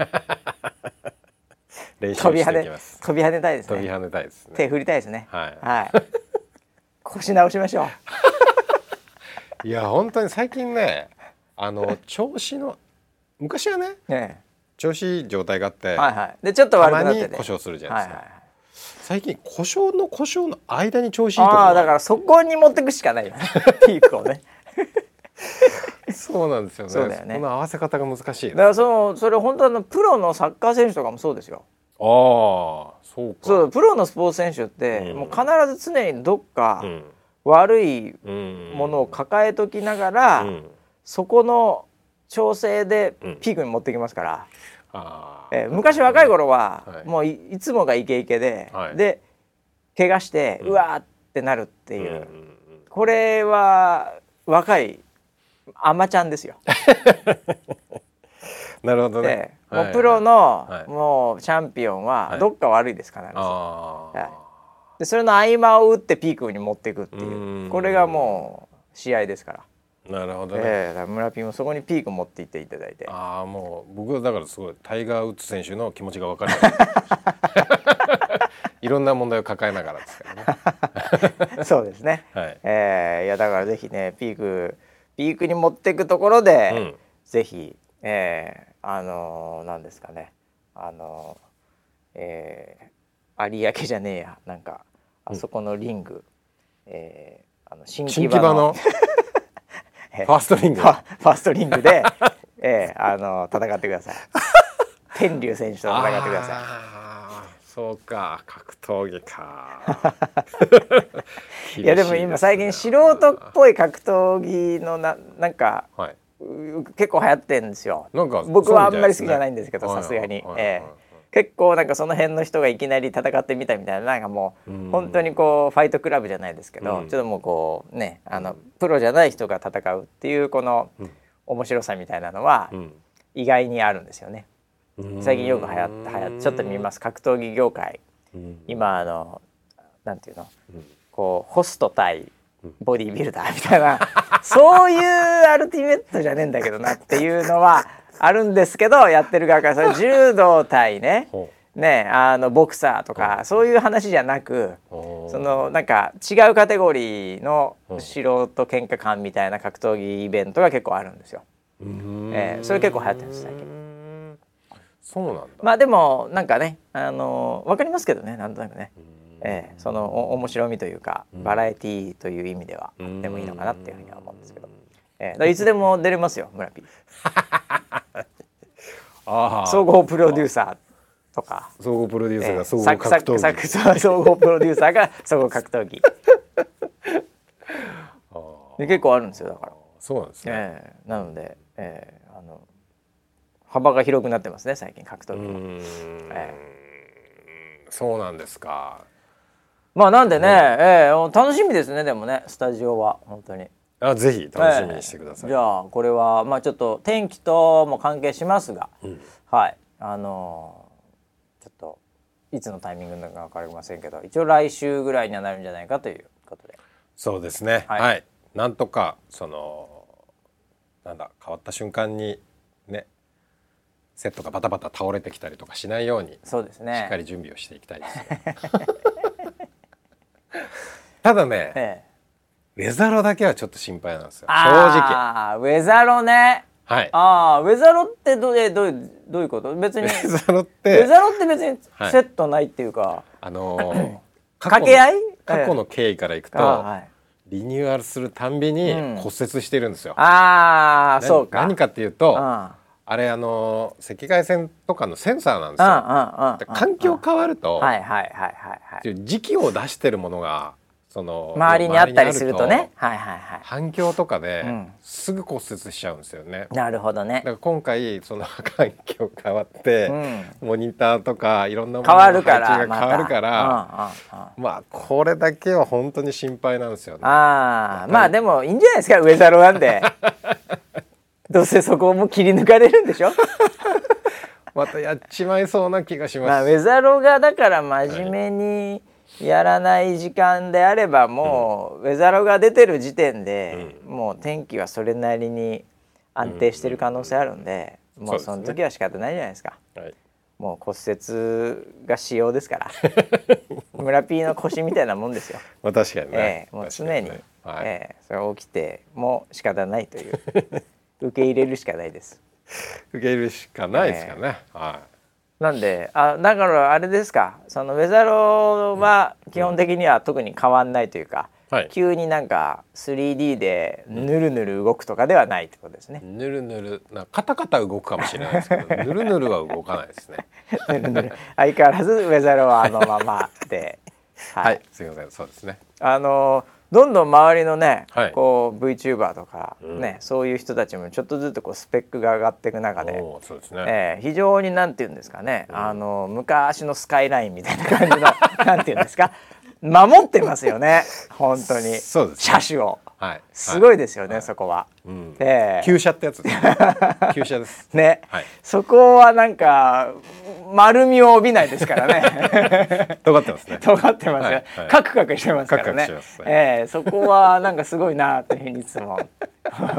S2: 練習
S1: 飛び
S2: し
S1: 跳
S2: てい
S1: ね
S2: きます。
S1: 飛び跳ねたいです
S2: 飛び
S1: ね
S2: 跳ねたいです
S1: 手
S2: ね。
S1: 振りたいですね
S2: はい。
S1: はい腰直しましょ
S2: いや本当に最近ねあの調子の昔はね
S1: うね
S2: 調子いい状態があって、
S1: はいはいでちょっと
S2: た
S1: 悪く
S2: ま
S1: なって
S2: に
S1: て
S2: 故障するじゃな
S1: はいい
S2: です
S1: は
S2: か、
S1: いはい
S2: 最近故障の故障の間に調子いいところ
S1: あ
S2: が
S1: あだからそこに持ってくしかないよね <laughs> ピークを
S2: <laughs>
S1: ね
S2: そうなんですよね
S1: そうだよね
S2: この合わせ方が難しい
S1: だ
S2: あ
S1: からそのそれ本当あのプロのサッカー選手とかもそうですよ。
S2: あーそうか
S1: そうプロのスポーツ選手って、
S2: うん
S1: もう必ず常にどっか
S2: ん
S1: 悪い
S2: うん
S1: ものを抱えときながら、
S2: うん
S1: そこの調整で
S2: うん
S1: ピークに持ってきますから、
S2: あ
S1: えー昔若い頃
S2: 頃
S1: は、
S2: はい
S1: もういいつもがイケイケで、
S2: はい
S1: で怪我して、
S2: う
S1: うんわーってなるって
S2: うん
S1: いうう、
S2: ん
S1: これは若いアマちゃんですよ。
S2: なるほど
S1: で
S2: ね、
S1: もうプロの、
S2: はい
S1: もうチャンピオンは
S2: はい
S1: どっか悪いですから、必ず
S2: ああ、
S1: はいでそれの合間を打ってピークに持っていくっていう
S2: ー
S1: うんこれがもう試合ですから、
S2: なるほどね、
S1: ええだから村ピーもそこにピーク持っていっていただいて
S2: ああもう僕はだからすごいタイガー・ウッズ選手の気持ちが分
S1: <laughs>
S2: かるいろんな問題を抱えながらですからね、
S1: <laughs> そうですね、
S2: はい
S1: ええいやだからぜひねピークピークに持っていくところで、
S2: うん
S1: ぜひ、ええあのーなんですかねあのーええ有明じゃねえやなんかあそこのリング、ええあの新
S2: 新
S1: 木
S2: 木場
S1: 場の
S2: のフ <laughs> ァーストリン
S1: <laughs>
S2: グ
S1: ファファーストリングで、 <laughs> ええあの戦ってく
S2: <laughs>
S1: ださい。天竜選手と戦ってくださ
S2: あーそうか格闘技か
S1: <laughs> い。いやでも今最近素人っぽい格闘技のななんか
S2: はいう
S1: 結構流行ってんですよ。
S2: なんか
S1: 僕はあんまり好きじゃない
S2: ん
S1: んですけど
S2: はい
S1: さすがに
S2: はい。はい
S1: ええ結構なんかその辺の人がいきなり戦ってみたみたいななんかも
S2: うん
S1: う本当にこうファイトクラブじゃないですけど、
S2: うん
S1: ちょっともうこうねあのプロじゃない人が戦うっていうこの
S2: うん
S1: 面白さみたいなのは
S2: うん
S1: 意外にあるんですよね。
S2: うん
S1: 最近よく流行って流行ってちょっと見ます格闘技業界
S2: うん
S1: 今あのなんていうの
S2: うん
S1: こうホスト対ボディービルダーみたいなそういうアルティメットじゃねえんだけどなっていうのはあるんですけどやってる側からそれ柔道対ね
S2: ほ
S1: ねあのボクサーとかそういう話じゃなく
S2: うほう
S1: そのなんか違うカテゴリーの素人喧嘩感みたいな格闘技イベントが結構あるんですよ。
S2: うん
S1: ええそれ結構流行ってます最近
S2: 近そうなんだ
S1: まあでもなんかねあのわかりますけどねなんとなくね。えええ、そのお面白みというか、
S2: うん
S1: バラエティーという意味では
S2: うん
S1: でもいいのかなっていうふうには思うんですけど、ええ、だからいつでも出れますよ村ピー
S2: ああ
S1: 総合プロデューサーとか、
S2: 総合プロデューサー
S1: ええ
S2: が総合格闘技、
S1: サクサクサク総合プロデューサーが総合格闘技
S2: あ
S1: で結構あるんですよだから
S2: あ、そうなんですね、
S1: ええ、なので、ええ、あの幅が広くなってますね最近格闘技
S2: う
S1: も。
S2: ーん、
S1: え
S2: そうなんですか
S1: まあなんでね、ええ楽しみですねでもねスタジオは本当に
S2: あぜひ楽しみにしてください、
S1: ええじゃあこれはまあちょっと天気とも関係しますが、
S2: うん
S1: はいあのーちょっといつのタイミングなのか分かりませんけど一応来週ぐらいにはなるんじゃないかということで
S2: そうですね
S1: は
S2: はいい、なんとかそのなんだ変わった瞬間にねセットがバタバタ倒れてきたりとかしないように
S1: そうですね
S2: しっかり準備をしていきたいですよ <laughs> ただね、
S1: ええ
S2: ウェザロだけはちょっと心配なんですよ正直
S1: あーウェザロね
S2: はい <laughs>
S1: ああウェザロってどえどういうどういうこと別に
S2: ウ
S1: ウ
S2: ェザロっ
S1: ェ
S2: て
S1: ザロって別に
S2: はい
S1: セットないっていうか、
S2: あのー
S1: <laughs> 掛け合い
S2: 過去
S1: ええ
S2: の経緯からいくと、
S1: ああ,、はい、
S2: リニューアルするたんびに
S1: うん
S2: 骨折してるんですよ。
S1: あー
S2: な
S1: そうか
S2: 何かっていうと、
S1: うんうんうん
S2: あれあのー赤外線とかのセンサーなんですよ。
S1: うんうん
S2: で環境変わると、
S1: はいはいはいはいはい
S2: っていう時期を出してるものがその
S1: 周りにあったりすると
S2: 周りにあ
S1: ね
S2: ると
S1: はいはいは
S2: 反響とかで、
S1: うん
S2: すぐ骨折しちゃうんですよね。
S1: いなるほどね
S2: だから今回その環境変わって、モニターとかいろんなもの
S1: 変
S2: の
S1: わ
S2: 配
S1: る
S2: 置
S1: から
S2: が変
S1: また
S2: わるから、
S1: うんうんうん
S2: まあこれだけは本当に心配なんですよね。
S1: ああまあでもいいんじゃないですかウェザロなん
S2: <laughs>
S1: でどうせそこも切り抜かれるんでしょ
S2: またやっちまいそうな気がします。
S1: まあウェザロがだから真面目にやらない時間であればもう、ウェザロが出てる時点で、もう天気はそれなりに安定してる可能性あるんで、
S2: ん
S1: もうそう
S2: そです
S1: の
S2: ね
S1: 時は仕方ないじゃないですか。
S2: はい
S1: もう骨折が仕様ですから
S2: <laughs>
S1: 村ピーの腰みたいなもんですよ、
S2: まあ確かに
S1: え
S2: ね。
S1: えもう常
S2: 確か
S1: に
S2: ねはい
S1: ええそれ起きても仕方ないと
S2: <laughs>
S1: いう受け入れるしかないです
S2: 受け入れるしかないですからね。は
S1: なんであだからあれですかそのウェザロは基本的には特に変わんないというか、
S2: はい
S1: 急になんか 3D でぬるぬる動くとかではないってことですね
S2: <laughs> い。、ぬるぬるなカタカタ動くかもしれないで
S1: <laughs>
S2: すけど、ぬるぬるは動かないですね。
S1: ぬるぬる相変わらずウェザロはあのまま <laughs> で
S2: はい、すみません、そうですね。
S1: あのどんどん周りのね、
S2: はい
S1: こう VTuber とか、
S2: うん
S1: ねそういう人たちもちょっとずつこうスペックが上がっていく中で、
S2: おお、そうです
S1: <laughs>
S2: ね。
S1: えー非常になんて言うんですかね、あの昔のスカイラインみたいな感じの <laughs> なんて言うんですか守ってますよね本当に
S2: そうですね
S1: 車種を
S2: はい。
S1: すご
S2: い。
S1: いですよね、そこは。
S2: うん。
S1: えー
S2: 旧車ってやつです <laughs> ね。旧車です。
S1: ね、
S2: はい
S1: そこはなんか丸みを帯びないですからね。
S2: 尖って <laughs> ますね。
S1: 尖ってますよ、
S2: はいはい
S1: カクカクしてますからね
S2: カクカクしてます
S1: ええそこはなんかすごいなというふうにいつも <laughs>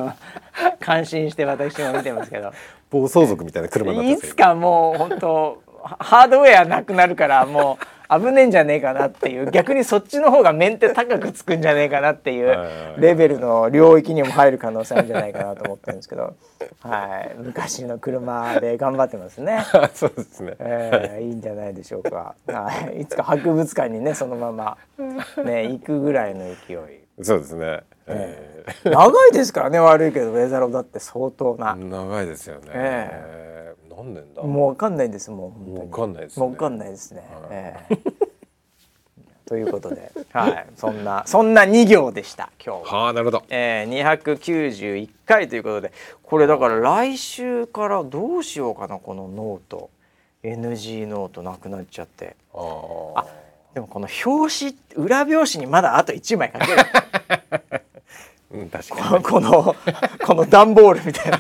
S1: 感心して私も見てますけど
S2: 暴走族みたいな車になって
S1: い
S2: ますけ
S1: つ
S2: ど。
S1: かもう本当ハードウェアなくなるからもう危ねえんじゃねえかなっていう逆にそっちの方がメンテ高くつくんじゃねえかなってい
S2: はいはいは
S1: う
S2: い
S1: レベルの領域にも入る可能性あるんじゃないかなと思ってるんですけど、はい、昔の車で頑張ってますね。
S2: そうですね。
S1: えー、いいんじゃないでしょうか。はいいつか博物館にねそのままね行くぐらいの勢い。
S2: そうですね。え
S1: 長いですからね悪いけどウェザロだって相当
S2: ー
S1: な。
S2: 長いですよね。
S1: え
S2: えー何年だ。
S1: もうわかんないですもう本当に
S2: わかんないですね。
S1: もうわかんないですね。えーということで、はい、そんなそんな2行でした今日は。
S2: はあ、なるほど。
S1: えー、291回ということでこれだから来週からどうしようかなこのノート NG ノートなくなっちゃって
S2: ああ。
S1: でもこの表紙裏表紙にまだあと1枚かけ <laughs> る
S2: うん、確かに。
S1: ここのこの段ボールみたいな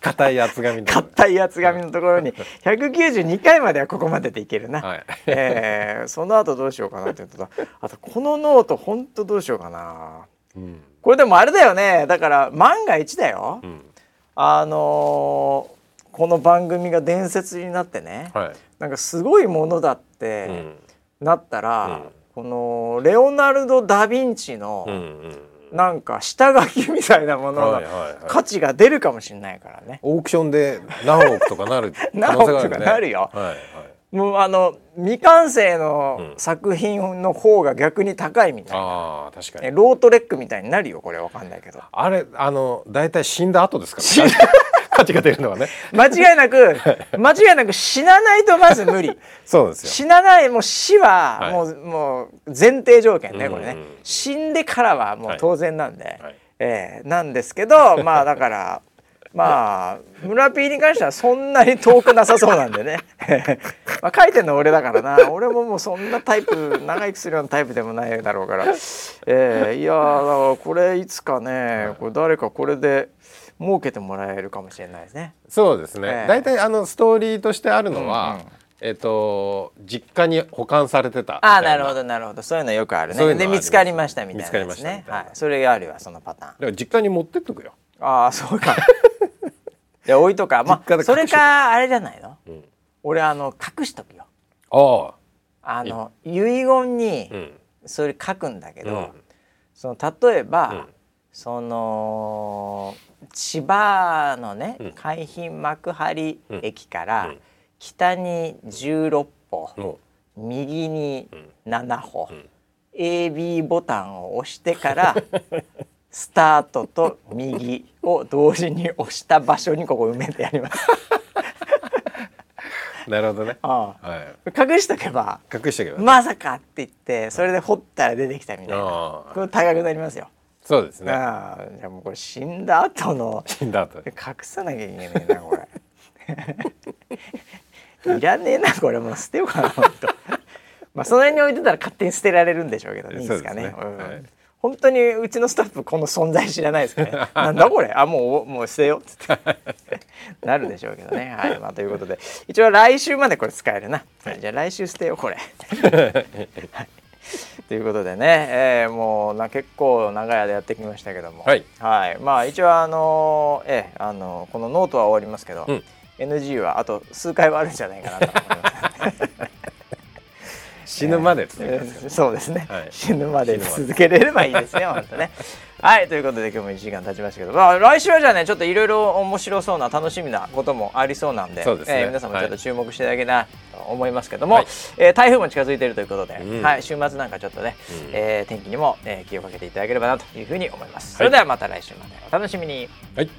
S2: 硬い厚紙の。
S1: 硬い厚紙のところに192回まではここまででいけるな。
S2: はい。
S1: えーその後どうしようかなって言ってたあとこのノートほんとどうしようかな
S2: うん。
S1: これでもあれだよねだから万が一だよ、
S2: うん。
S1: あのーこの番組が伝説になってね、
S2: はい。
S1: なんかすごいものだっ
S2: う
S1: て
S2: ん。
S1: なったら、
S2: うん
S1: このレオナルド・ダ・ヴィンチ
S2: う
S1: の
S2: んうん。
S1: なんか下書きみたいなもの
S2: はいは
S1: の
S2: いは
S1: 価
S2: い。
S1: 値が出るかもしれないからね。
S2: <laughs> オークションで何億とかなる可能性があるね。
S1: 何億とかなるよ
S2: はいはい。
S1: もうあの未完成の作品の方が逆に高いみたいな、
S2: ああ確か
S1: え
S2: に
S1: ロートレックみたいになるよこれわかんないけど
S2: あれあの大体死んだ後ですから、ね、 <laughs> 価値が出るのはね
S1: 間違いなく間違いなく死なないとまず無理
S2: そうなんですよ
S1: 死なないもう死は
S2: はい
S1: もう,、もう前提条件ね
S2: うん
S1: こ
S2: うんうん
S1: れね、死んでからはもう当然なんで、
S2: はい
S1: ええなんですけど <laughs> まあだからまあ村 P に関してはそんなに遠くなさそうなんでね <laughs> まあ書いてんの俺だからな俺ももうそんなタイプ長生きするようなタイプでもないだろうから、ええいやーだからこれいつかねこれ誰かこれで儲けてもらえるかもしれないですね。
S2: そうです
S1: え
S2: ね
S1: え
S2: 大体、あのストーリーとしてあるのは、
S1: うんうん
S2: えっ、と実家に保管されてたみたい
S1: ああなるほどなるほどそういうのよくある
S2: そうい
S1: ね
S2: うの
S1: で
S2: はありま
S1: 見
S2: す
S1: つかりましたみたいなや
S2: 見つかりま
S1: つ
S2: したみ
S1: ね
S2: たいな
S1: はいそれがあるわそのパターン
S2: だから実家に持ってっとくよ
S1: ああそうか <laughs> いや置いとくかま
S2: 実
S1: あ
S2: 家で隠
S1: そ
S2: しとく
S1: れかあれじゃないの、
S2: ん
S1: 俺あの隠しとくよ
S2: ああ
S1: あの遺言に
S2: うん
S1: それ書くんだけど、
S2: うん
S1: その例えば、
S2: うん
S1: その千葉のね、
S2: うん
S1: 海浜幕張駅か
S2: う
S1: ら
S2: ん
S1: 北に16歩、
S2: も
S1: 右に7歩、
S2: ん
S1: AB ボタンを押してから <laughs> スタートと右を同時に押した場所にここ埋めてやります。
S2: <laughs> うなるほどね
S1: ああ
S2: はい
S1: 隠しとけば
S2: 隠してけど、
S1: まさかって言ってそれで掘ったら出てきたみたいな
S2: ああ
S1: これ高くなりますよ。
S2: そうですね
S1: ああじゃあもうこれ死んだ後の
S2: 死んだ後
S1: 隠さなきゃいけないなこれ <laughs> いらねえなこれもう捨てようかな本当 <laughs> まあその辺に置いてたら勝手に捨てられるんでしょうけどねいいですかね
S2: そうですね
S1: うん
S2: はい
S1: 本当にうちのスタッフこの存在知らないです
S2: <laughs>
S1: からねなんだこれあもうもう捨てようっつってなるでしょうけどねはいまあということで一応来週までこれ使えるな、はい、じゃあ来週捨てようこれということでね、えーもうな結構長い間やってきましたけども、
S2: はい
S1: まあ一応あのーえーあのーこのノートは終わりますけど、
S2: うん
S1: NG はあと数回はあるんじゃないかなと思います。
S2: 死ぬまで続けますよ、
S1: えーそうですね、
S2: はい
S1: 死ぬまで続けれればいいですね、本当
S2: <laughs>
S1: ね。はいということで今日も1時間経ちましたけど、まあ、来週はじゃあねちょっといろいろ面白そうな楽しみなこともありそうなんで
S2: そうですね
S1: えー皆さんもちょっ
S2: は
S1: と
S2: い
S1: 注目していただけたらと思いますけども、
S2: はい
S1: えー台風も近づいているということで、
S2: うん
S1: はい、週末なんかちょっとね、えー天気にも、えー気をかけていただければなというふうに思います。それではまた来週までお楽しみに
S2: はい